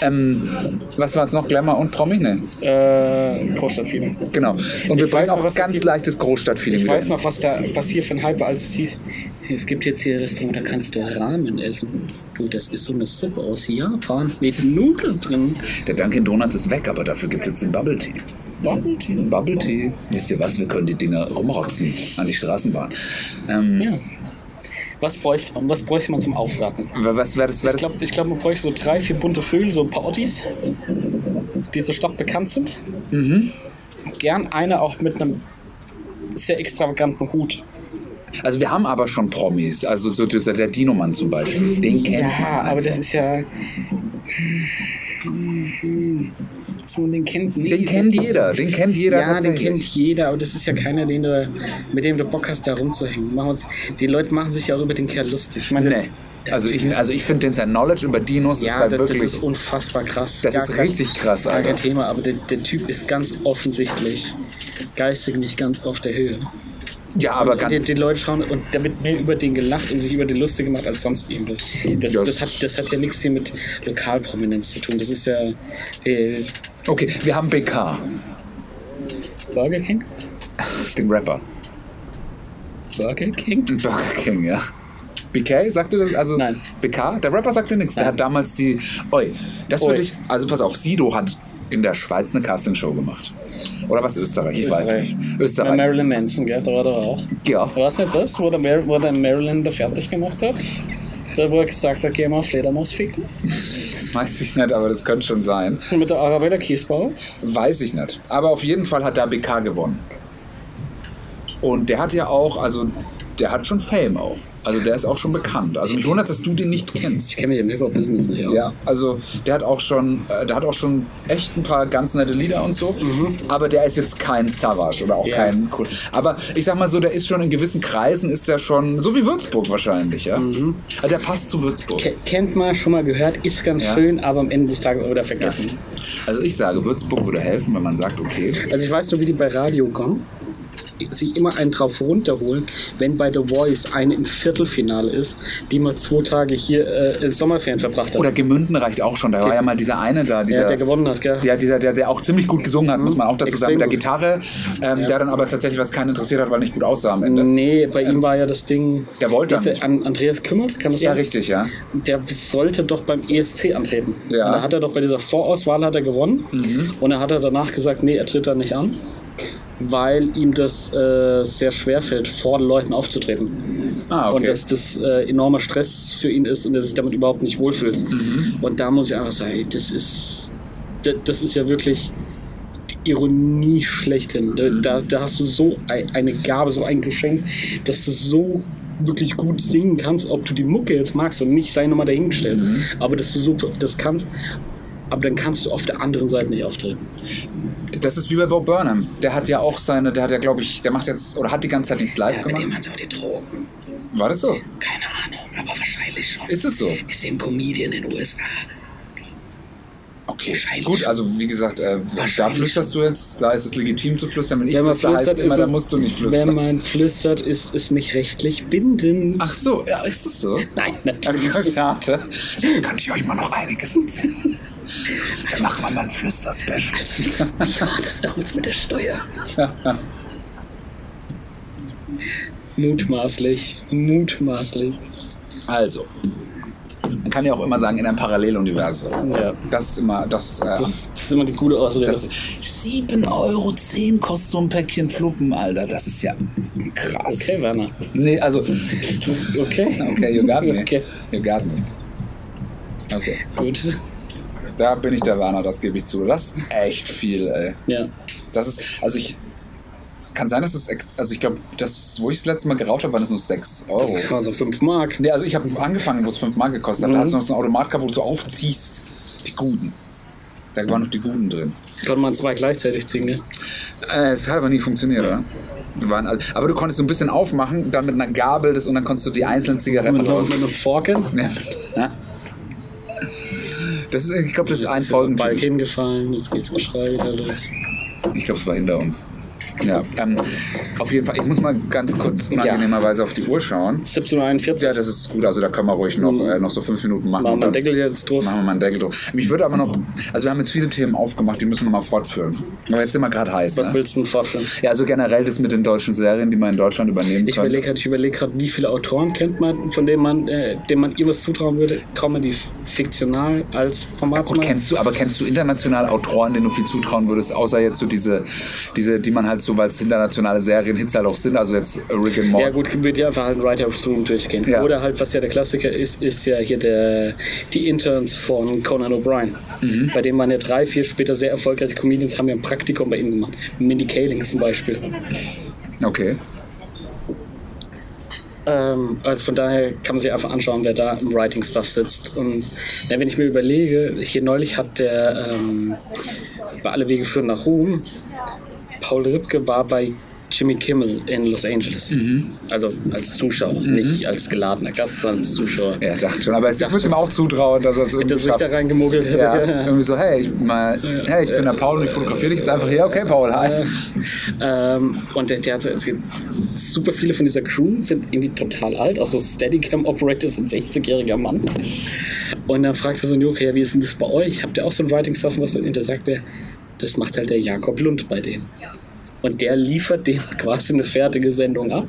C: ähm, was war es noch, Glamour und Promi? Nee,
B: Äh, Großstadtfieber.
C: genau. Und wir
B: Ich weiß
C: bringen
B: noch,
C: auch
B: was das
C: ganz
B: hier-
C: leichtes Großstadtfeeling
B: Ich
C: wieder
B: weiß
C: hin.
B: noch, was, da, was hier für ein Hype war, als es hieß, es gibt jetzt hier ein Restaurant, da kannst du Ramen essen. Du, das ist so eine Suppe aus Japan mit Nudeln drin.
C: Der Dunkin' Donuts ist weg, aber dafür gibt es den Bubble Tea.
B: Bubble Tea.
C: Bubble Tea. Wisst ihr was, wir können die Dinger rumroxen an die Straßenbahn. Ähm,
B: Ja. Was bräuchte, man- was bräuchte man zum Aufwerten?
C: Was wäre das? Wär
B: Ich
C: das
B: glaube, ich glaub, man bräuchte so drei, vier bunte Vögel, so ein paar Ottis, die so stadtbekannt sind.
C: Mhm.
B: Gern eine auch mit einem sehr extravaganten Hut.
C: also wir haben aber schon Promis, also so dieser, der Dino-Mann zum Beispiel, den kennt
B: Ja,
C: man.
B: aber das
C: einfach.
B: ist ja. Dass man den kennt. Nee,
C: Den
B: das-
C: kennt
B: das-
C: jeder, den kennt jeder
B: Ja, den
C: tatsächlich.
B: kennt jeder, aber das ist ja keiner, den du, mit dem du Bock hast, da rumzuhängen. Machen wir uns, die Leute machen sich ja auch über den Kerl lustig. Ich meine,
C: Nee. Also ich, also ich finde, sein Knowledge über Dinos ist
B: ja,
C: halt
B: das, das
C: wirklich.
B: ist unfassbar krass.
C: Das
B: Gar
C: ist
B: kein-
C: richtig krass,
B: Gar kein
C: Alter.
B: Thema, aber der, der Typ ist ganz offensichtlich geistig nicht ganz auf der Höhe.
C: ja, aber
B: die,
C: ganz.
B: die Leute schauen und da wird mehr über den gelacht und sich über den lustig gemacht als sonst ihm. Das, das,
C: Ja.
B: das, hat, das hat ja nichts hier mit Lokalprominenz zu tun. Das ist ja äh,
C: Okay, wir haben BK,
B: Burger King.
C: den Rapper.
B: Burger King?
C: Burger King, ja. BK, sagt ihr das? Also
B: Nein.
C: BK, der Rapper sagt dir nichts. Der
B: Nein.
C: hat damals die. Oi, das
B: Oi.
C: würde ich. Also pass auf, Sido hat in der Schweiz eine Castingshow gemacht. Oder was Österreich? Ich weiß
B: Österreich.
C: nicht.
B: Bei
C: Österreich.
B: Marilyn Manson, gell? Da war der auch.
C: ja.
B: War es nicht das, wo der, Mar wo der Marilyn da fertig gemacht hat? Da, wo er gesagt hat, geh mal Fledermaus ficken.
C: Das weiß ich nicht, aber das könnte schon sein.
B: Mit der Arabella Kiesbauer.
C: Weiß ich nicht. Aber auf jeden Fall hat da BK gewonnen. Und der hat ja auch, also der hat schon Fame auch. Also der ist auch schon bekannt. Also mich wundert, dass du den nicht
B: Ich
C: kennst.
B: kenne mich im Hip-Hop-Business nicht aus.
C: Ja, also der hat auch schon, äh, der hat auch schon echt ein paar ganz nette Lieder und so. Aber der ist jetzt kein Savage oder auch
B: Mhm. Ja.
C: kein cool. Aber ich sag mal so, der ist schon in gewissen Kreisen ist der schon, so wie Würzburg wahrscheinlich, ja.
B: Mhm.
C: Also der passt zu Würzburg.
B: Ke- Kennt man, schon mal gehört, ist ganz
C: Ja.
B: schön, aber am Ende des Tages auch wieder vergessen.
C: Also ich sage, Würzburg würde helfen, wenn man sagt, okay,
B: Also ich weiß nur, wie die bei Radio kommen, sich immer einen drauf runterholen, wenn bei The Voice eine im Viertelfinale ist, die mal zwei Tage hier äh, in Sommerferien verbracht hat.
C: oder Gemünden reicht auch schon. Da war ja mal dieser eine da, dieser
B: ja, der gewonnen hat, gell?
C: Der, dieser, der, der auch ziemlich gut gesungen hat, muss man auch dazu sagen,
B: Extrem
C: mit der
B: gut.
C: Gitarre, ähm, der dann aber tatsächlich was keinen interessiert hat, weil er nicht gut aussah am Ende.
B: Nee, bei ihm war ja das Ding.
C: Der wollte
B: Ist er
C: nicht.
B: an Andreas kümmert, kann das
C: Ja,
B: sein?
C: richtig, ja.
B: Der sollte doch beim ESC antreten.
C: Ja.
B: Und da hat er doch bei dieser Vorauswahl hat er gewonnen. Und er hat er danach gesagt, nee, er tritt da nicht an, weil ihm das äh, sehr schwer fällt, vor den Leuten aufzutreten.
C: Ah, okay.
B: Und dass das äh, enormer Stress für ihn ist und er sich damit überhaupt nicht wohlfühlt. Und da muss ich einfach sagen, ey, das ist, das, das ist ja wirklich die Ironie schlechthin. Da- Da, da hast du so ei- eine Gabe, so ein Geschenk, dass du so wirklich gut singen kannst, ob du die Mucke jetzt magst und nicht, sei nochmal dahingestellt. Aber dass du so das kannst, aber dann kannst du auf der anderen Seite nicht auftreten.
C: das ist wie bei Bob Burnham. Der hat ja auch seine, der hat ja, glaube ich, der macht jetzt, oder hat die ganze Zeit nichts live gemacht.
B: meinst du auch die Drogen?
C: War das so?
B: Keine Ahnung, aber wahrscheinlich schon.
C: Ist es so?
B: Ist ein Comedian in den USA.
C: Okay,
B: Wahrscheinlich.
C: gut, also wie gesagt, äh, da
B: Wahrscheinlich.
C: flüsterst du jetzt, da ist es legitim zu flüstern. Wenn ich
B: Wenn man
C: flüster, heißt
B: flüstert,
C: immer,
B: ist
C: da
B: es-
C: musst du nicht
B: Wenn
C: flüstern.
B: man flüstert, ist es nicht rechtlich bindend.
C: Ach so, ja, ist es so?
B: nein,
C: Okay, Schade. Sonst könnte ich euch mal noch einiges erzählen. Dann machen wir mal ein Flüster-Special.
B: Wie war das damals mit der Steuer? Mutmaßlich, mutmaßlich.
C: Also, man kann ja auch immer sagen, in einem Paralleluniversum.
B: Ja.
C: Das ist immer das. Äh,
B: Das, das ist immer die gute Ausrede.
C: das 7,10 Euro kostet so ein Päckchen Fluppen, Alter. Das ist ja krass.
B: okay, Werner.
C: Nee, also.
B: Okay,
C: Okay, you got me.
B: Okay.
C: You got me. Okay.
B: gut.
C: Da bin ich der Werner, das gebe ich zu. Das ist echt viel, ey.
B: Ja.
C: Das ist. Also ich. Kann sein, dass es. ex- Also ich glaube, das, wo ich das letzte Mal geraucht habe, waren das nur 6 Euro.
B: Das waren so 5 Mark.
C: Nee, also ich habe angefangen, wo es 5 Mark gekostet hat. Da
B: Mhm.
C: hast du noch so einen Automat gehabt, wo du so aufziehst. Die Guten. Da waren noch die Guten drin.
B: Konnte man zwei gleichzeitig ziehen, ne?
C: Äh, es hat aber nie funktioniert, oder? Waren alle. Aber du konntest so ein bisschen aufmachen, dann mit einer Gabel das und dann konntest du die einzelnen Zigaretten
B: Mit,
C: raus.
B: mit einem Forken.
C: Ja. Das ist, ich glaube, das ist ein
B: jetzt ist ein Balk
C: Folgentitel.
B: hingefallen, jetzt geht's im Schrei wieder los.
C: Ich glaube, es war hinter uns. Ja, ähm, auf jeden Fall. Ich muss mal ganz kurz unangenehmerweise auf die Uhr schauen.
B: 17.41
C: Ja, das ist gut. Also da können wir ruhig noch, äh, noch so fünf Minuten machen.
B: Machen wir
C: Dann
B: den Deckel jetzt drauf.
C: Machen wir mal einen Deckel drauf. Mich würde aber noch, also wir haben jetzt viele Themen aufgemacht, die müssen wir mal fortführen. Aber jetzt sind wir gerade heiß.
B: Was
C: ne?
B: willst du denn fortführen?
C: Ja, also generell das mit den deutschen Serien, die man in Deutschland übernehmen
B: Ich
C: kann.
B: überlege gerade, ich überlege gerade, wie viele Autoren kennt man, von denen man, äh, dem man ihr was zutrauen würde, Comedy fiktional als Format zu
C: Gut,
B: machen.
C: kennst du, aber kennst du international Autoren, denen du viel zutrauen würdest, außer jetzt so diese, diese die man halt so, weil es internationale Serien Hits halt auch sind, also jetzt Rick and Morty.
B: Ja gut, wird ja einfach halt ein Writer's Room durchgehen.
C: Ja.
B: Oder halt, was ja der Klassiker ist, ist ja hier der, die Interns von Conan O'Brien. Bei dem waren ja drei, vier später sehr erfolgreiche Comedians, haben ja ein Praktikum bei ihm gemacht. Mindy Kaling zum Beispiel.
C: Okay.
B: Ähm, also von daher kann man sich einfach anschauen, wer da im Writing-Stuff sitzt. Und ja, wenn ich mir überlege, hier neulich hat der ähm, bei Alle Wege führen nach Ruhm, Paul Ripke war bei Jimmy Kimmel in Los Angeles.
C: Mhm.
B: Also als Zuschauer, nicht als geladener Gast, sondern als Zuschauer.
C: Ja, dachte schon. Aber ich würde es ihm auch zutrauen, dass er es irgendwie
B: Dass ich da
C: schafft.
B: reingemogelt hätte.
C: ja, irgendwie so, hey, ich, mal, hey, ich bin der Paul und ich fotografiere dich jetzt einfach hier. Okay, Paul, hi.
B: Äh, Ähm, und der, der hat so, es gibt super viele von dieser Crew sind irgendwie total alt, also Steadicam-Operators und 60-jähriger Mann. Und dann fragt er so, Joko, ja, wie ist denn das bei euch? Habt ihr auch so ein Writing-Stuff? und Was? Und da sagt er, das macht halt der Jakob Lund bei denen. Und der liefert denen quasi eine fertige Sendung ab.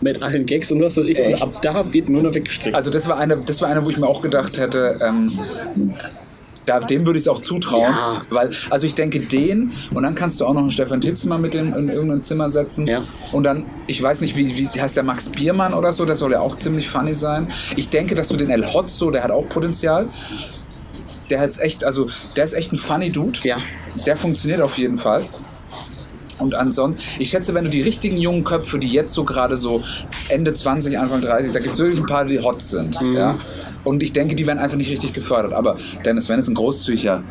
B: Mit allen Gags und was weiß ich. Und
C: Echt?
B: ab da wird nur noch weggestrichen.
C: Also das war eine, das war eine, wo ich mir auch gedacht hätte, ähm, da, dem würde ich es auch zutrauen.
B: Ja.
C: Weil, also ich denke den und dann kannst du auch noch einen Stefan Titzmann mit in, in irgendein Zimmer setzen.
B: Ja.
C: Und dann, ich weiß nicht, wie, wie heißt der Max Biermann oder so, der soll ja auch ziemlich funny sein. Ich denke, dass du den El Hotzo, der hat auch Potenzial. Der ist echt, also der ist echt ein funny Dude.
B: Ja.
C: Der funktioniert auf jeden Fall. Und ansonsten, ich schätze, wenn du die richtigen jungen Köpfe, die jetzt so gerade so Ende 20, Anfang 30, da gibt es wirklich ein paar, die hot sind.
B: Mhm.
C: Ja? Und ich denke, die werden einfach nicht richtig gefördert. Aber Dennis, wenn jetzt ein großzügiger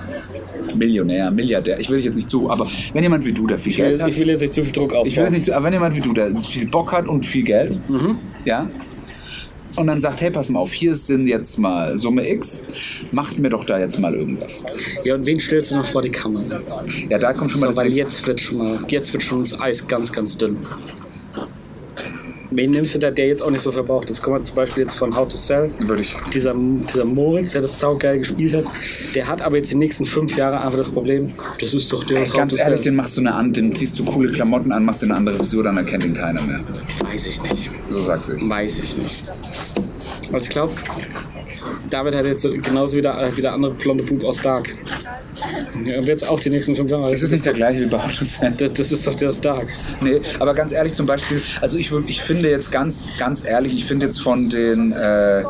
C: Millionär, Milliardär, ich will dich jetzt nicht zu, aber wenn jemand wie du, der viel
B: ich, will,
C: Geld hat,
B: ich will jetzt nicht zu viel Druck aufbauen.
C: ich will jetzt nicht zu, aber wenn jemand wie du, der viel Bock hat und viel Geld,
B: Mhm.
C: ja, und dann sagt, hey, pass mal auf, hier sind jetzt mal Summe X, macht mir doch da jetzt mal irgendwas.
B: ja, und wen stellst du noch vor die Kamera?
C: Ja, da kommt schon mal
B: So,
C: das
B: weil
C: nächste.
B: jetzt wird schon mal, jetzt wird schon das Eis ganz, ganz dünn. Wen nimmst du da, der jetzt auch nicht so verbraucht ist? Guck mal zum Beispiel jetzt von How to Sell.
C: Würde ich
B: Dieser, dieser Moritz, der das saugeil gespielt hat, der hat aber jetzt die nächsten fünf Jahre einfach das Problem, das ist doch der,
C: Ey,
B: das How
C: ganz
B: to
C: ehrlich,
B: Sell.
C: den machst du eine an, den ziehst du coole Klamotten an, machst dir eine andere Frisur, dann erkennt ihn keiner mehr.
B: Weiß ich nicht.
C: So sag's ich.
B: Weiß ich nicht. Also ich glaube, David hat jetzt so- genauso wie der, äh, wie der andere blonde Bub aus Dark. Ja, wird's auch die nächsten fünf Jahre.
C: Es ist nicht der gleiche wie bei Autos.
B: das, das ist doch der aus Dark.
C: Nee, aber ganz ehrlich zum Beispiel, also ich, würd- ich finde jetzt ganz, ganz ehrlich, ich finde jetzt von den, äh,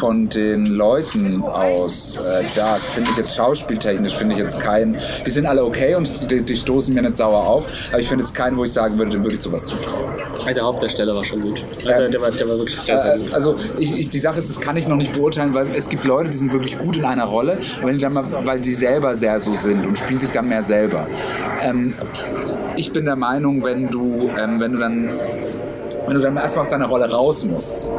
C: von den Leuten aus äh, Dark, finde ich jetzt schauspieltechnisch, finde ich jetzt keinen, die sind alle okay und die, die stoßen mir nicht sauer auf, aber ich finde jetzt keinen, wo ich sagen würde, dem würde ich sowas zutrauen.
B: Der Hauptdarsteller war schon gut. Also
C: Ähm,
B: der, war, der war wirklich sehr, sehr
C: Äh,
B: gut.
C: also ich, ich, die Sache ist, das kann ich noch nicht beurteilen, weil es gibt Leute, die sind wirklich gut in einer Rolle, wenn die dann mal, weil die selber sehr so sind und spielen sich dann mehr selber. Ähm, ich bin der Meinung, wenn du, ähm, wenn du dann, wenn du dann erstmal aus deiner Rolle raus musst,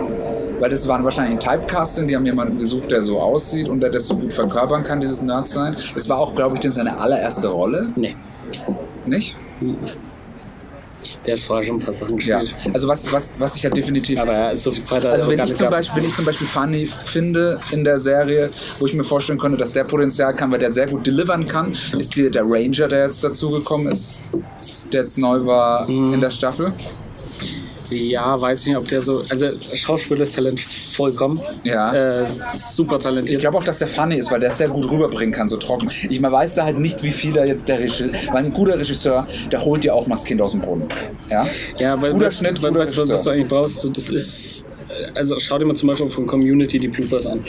C: weil das waren wahrscheinlich ein Typecasting, die haben jemanden gesucht, der so aussieht und der das so gut verkörpern kann, dieses Nerd sein. Das war auch, glaube ich, denn seine allererste Rolle,
B: Nee.
C: nicht?
B: Der hat vorher schon ein paar Sachen
C: Ja.
B: gespielt.
C: Also was, was, was ich halt definitiv
B: Aber er- so viel Zeit hat er
C: Also
B: auch
C: wenn
B: gar
C: ich,
B: nicht
C: zum
B: gehabt.
C: Beispiel, wenn ich zum Beispiel Fanny finde in der Serie, wo ich mir vorstellen könnte, dass der Potenzial kann, weil der sehr gut delivern kann, ist die, der Ranger, der jetzt dazugekommen ist, der jetzt neu war
B: Mhm.
C: in der Staffel.
B: Ja, weiß nicht, ob der so. Also, Schauspieler ist Talent vollkommen.
C: Ja.
B: Äh, super
C: Ich
B: talentiert.
C: glaube auch, dass der Funny ist, weil der es sehr gut rüberbringen kann, so trocken. Ich man weiß da halt nicht, wie viel da jetzt der Regisseur, weil ein guter Regisseur, der holt dir auch mal das Kind aus dem Brunnen. Ja?
B: ja, weil
C: guter
B: das,
C: Schnitt,
B: weil,
C: guter
B: weißt, du, was du
C: Regisseur.
B: eigentlich brauchst, so, das ist. äh, Also, schau dir mal zum Beispiel von Community die Bloopers an.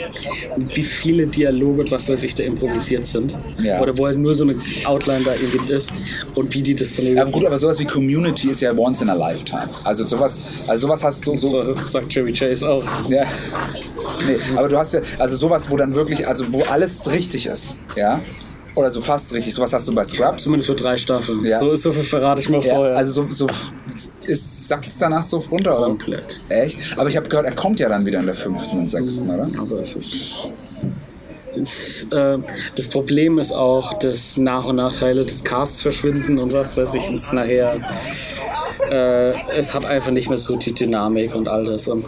B: Wie viele Dialoge, was weiß ich, da improvisiert sind.
C: Ja.
B: Oder wo halt nur so eine Outline da irgendwie ist. Und wie die das dann.
C: Ja, gut, aber sowas wie Community ist ja once in a lifetime. Also sowas, also sowas hast du so, so
B: so, sagt Jerry Chase auch.
C: Ja. Nee, aber du hast ja, also sowas, wo dann wirklich, also wo alles richtig ist, ja. Oder so fast richtig. Sowas hast du bei Scrubs.
B: Zumindest für drei Staffeln.
C: Ja.
B: So, so viel verrate ich mal
C: Ja,
B: vorher.
C: also so, so ist, sagt es danach so runter, oder?
B: komplett.
C: Echt? Aber ich habe gehört, er kommt ja dann wieder in der fünften und sechsten, oder?
B: Also es ist. Es, äh, das Problem ist auch, dass Nach- und Nachteile des Casts verschwinden und was weiß ich, es nachher. Äh, es hat einfach nicht mehr so die Dynamik und all das. Und,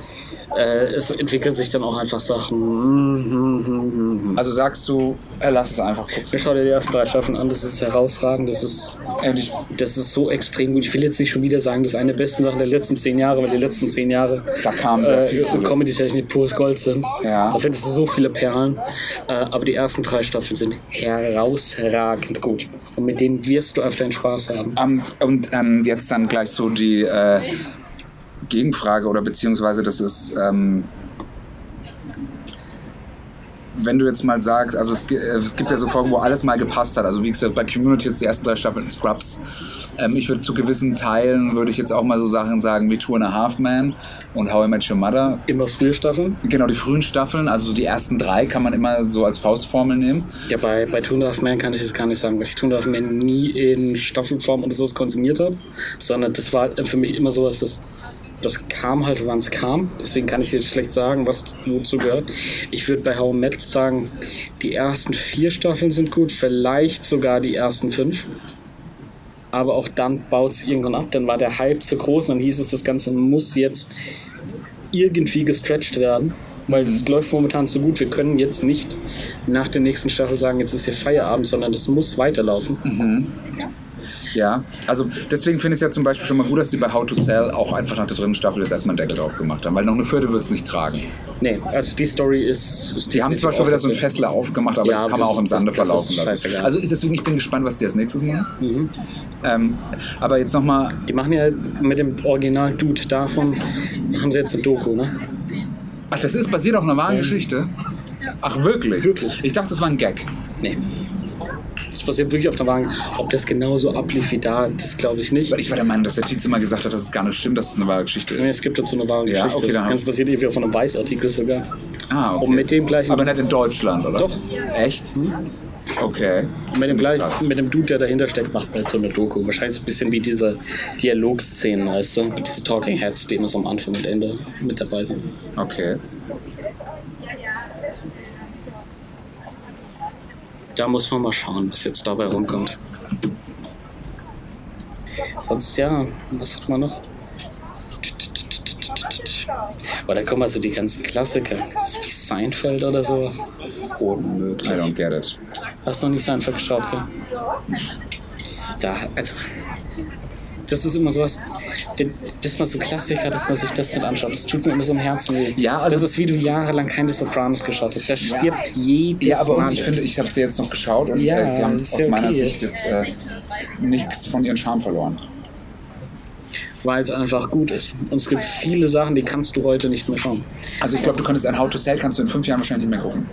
B: äh, es entwickeln sich dann auch einfach Sachen. Mm, mm, mm, mm.
C: Also sagst du, äh, lass es einfach, guck's.
B: Mir schau dir die ersten drei Staffeln an, das ist herausragend, das ist,
C: Und ich,
B: das ist so extrem gut. Ich will jetzt nicht schon wieder sagen, das ist eine der besten Sachen der letzten zehn Jahre, weil die letzten zehn Jahre
C: da kam sehr viel
B: äh,
C: Gutes.
B: Comedy-Technik pures Gold sind.
C: Ja.
B: Da findest du so viele Perlen. Äh, aber die ersten drei Staffeln sind herausragend gut. Und mit denen wirst du auf deinen Spaß haben.
C: Ähm, und ähm, jetzt dann gleich so die äh, Gegenfrage oder beziehungsweise das ist, ähm, wenn du jetzt mal sagst, also es, gi- äh, es gibt ja so Folgen, wo alles mal gepasst hat. Also wie gesagt, bei Community jetzt die ersten drei Staffeln Scrubs. Ähm, ich würde zu gewissen Teilen, würde ich jetzt auch mal so Sachen sagen wie Two and a Half Man und How I Met Your Mother.
B: Immer frühe Staffeln.
C: Genau, die frühen Staffeln, also so die ersten drei kann man immer so als Faustformel nehmen.
B: Ja, bei, bei Toon of Man kann ich das gar nicht sagen, weil ich Toon of Man nie in Staffelform oder sowas konsumiert habe, sondern das war halt für mich immer sowas, das, das kam halt, wann es kam. Deswegen kann ich jetzt schlecht sagen, was wozu gehört. Ich würde bei How I Met sagen, die ersten vier Staffeln sind gut, vielleicht sogar die ersten fünf. Aber auch dann baut es irgendwann ab. Dann war der Hype zu groß und dann hieß es, das Ganze muss jetzt irgendwie gestretched werden, weil es läuft momentan so gut. Wir können jetzt nicht nach der nächsten Staffel sagen, jetzt ist hier Feierabend, sondern es muss weiterlaufen.
C: Mhm. Ja, also deswegen finde ich es ja zum Beispiel schon mal gut, dass die bei How to Sell auch einfach nach der dritten Staffel jetzt erstmal einen Deckel drauf gemacht haben, weil noch eine vierte wird es nicht tragen.
B: Nee, also die Story ist. ist
C: Die haben zwar schon wieder so einen
B: definitiv
C: Fessler aufgemacht, aber
B: Ja,
C: das
B: das
C: kann man auch im
B: ist- das-
C: Sande
B: das ist
C: verlaufen lassen.
B: scheißegal. Mhm.
C: Also ich- deswegen, ich bin gespannt, was die als nächstes machen. Ähm, aber jetzt nochmal,
B: Die machen ja mit dem Original-Dude davon, haben sie jetzt eine Doku, ne?
C: ach, das ist basiert auf einer wahren Geschichte? Ach, wirklich?
B: Mhm. Wirklich.
C: Ich dachte, das war ein Gag.
B: Nee. Das passiert wirklich auf der Wagen. Ob das genauso ablief wie da, das glaube ich nicht.
C: Weil ich war der Meinung, dass der Tietze mal gesagt hat, dass es gar nicht stimmt, dass es eine wahre Geschichte
B: Nee,
C: ist.
B: es gibt dazu eine wahre
C: Ja,
B: Geschichte.
C: okay, dann
B: das
C: hab-
B: Ganze passiert irgendwie auf einem Weißartikel sogar.
C: Ah, okay.
B: Und um mit dem gleichen
C: Aber nicht in Deutschland, oder?
B: Doch. Mhm.
C: Echt? Okay.
B: Mit dem,
C: Finde ich
B: gleichen,
C: krass.
B: mit dem Dude, der dahinter steckt, macht man jetzt so eine Doku. Wahrscheinlich so ein bisschen wie diese Dialogszenen, weißt du? Diese Talking Heads, die immer so am Anfang und Ende mit dabei sind.
C: Okay.
B: Da muss man mal schauen, was jetzt dabei rumkommt. Sonst ja, was hat man noch? Aber da kommen also die ganzen Klassiker. So wie Seinfeld oder sowas.
C: Unmöglich. I don't get it.
B: Hast du noch nicht Seinfeld geschaut, gell? Das, da, also, das ist immer sowas, wenn- dass man so Klassiker, dass man sich das nicht anschaut. Das tut mir immer so im Herzen weh.
C: Ja, also-
B: das ist wie du jahrelang keine Sopranos geschaut hast. Der stirbt jedes
C: Ja, aber
B: Mal.
C: ich finde, ich habe sie jetzt noch geschaut und
B: Ja,
C: äh, die haben
B: ist
C: aus
B: ja
C: meiner
B: okay
C: Sicht jetzt äh, nichts von ihren Charme verloren.
B: Weil es einfach gut ist. Und es gibt viele Sachen, die kannst du heute nicht mehr schauen.
C: Also ich glaube, du könntest ein How to Sell kannst du in fünf Jahren wahrscheinlich nicht mehr gucken.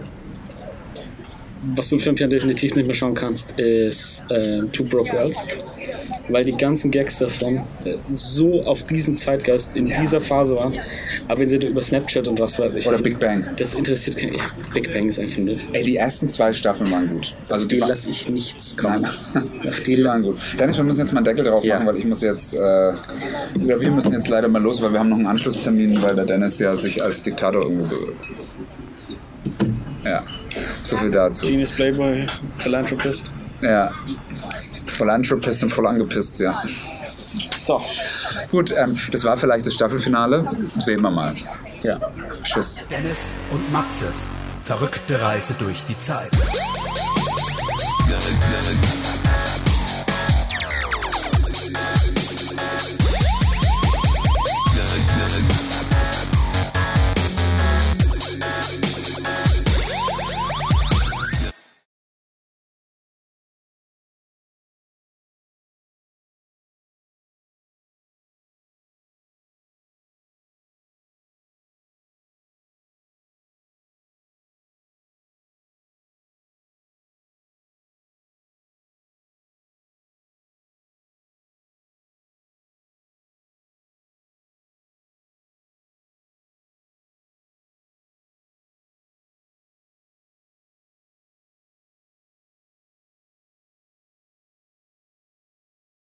B: Was du in fünf Jahren definitiv nicht mehr schauen kannst, ist äh, Two Broke Girls. Weil die ganzen Gags davon äh, so auf diesen Zeitgeist in dieser Phase waren. Aber wenn sie da über Snapchat und was weiß ich.
C: Oder
B: reden,
C: Big Bang.
B: Das interessiert keinen. Ja, Big Bang ist einfach nur.
C: Ey, die ersten zwei Staffeln waren gut. Also
B: Die
C: wa-
B: lasse ich nichts kommen.
C: Nein.
B: Auf die
C: Die waren
B: lass
C: gut. Dennis, wir müssen jetzt mal einen Deckel drauf
B: Ja.
C: machen, weil ich muss jetzt, äh, oder wir müssen jetzt leider mal los, weil wir haben noch einen Anschlusstermin, weil der Dennis ja sich als Diktator irgendwo bewirbt. Ja, so viel dazu.
B: Genius Playboy, Philanthropist.
C: Ja. Voll angepisst und voll angepisst, ja.
B: So.
C: Gut, ähm, das war vielleicht das Staffelfinale. Sehen wir mal.
B: Ja.
C: Tschüss.
A: Dennis und Maxes. Verrückte Reise durch die Zeit.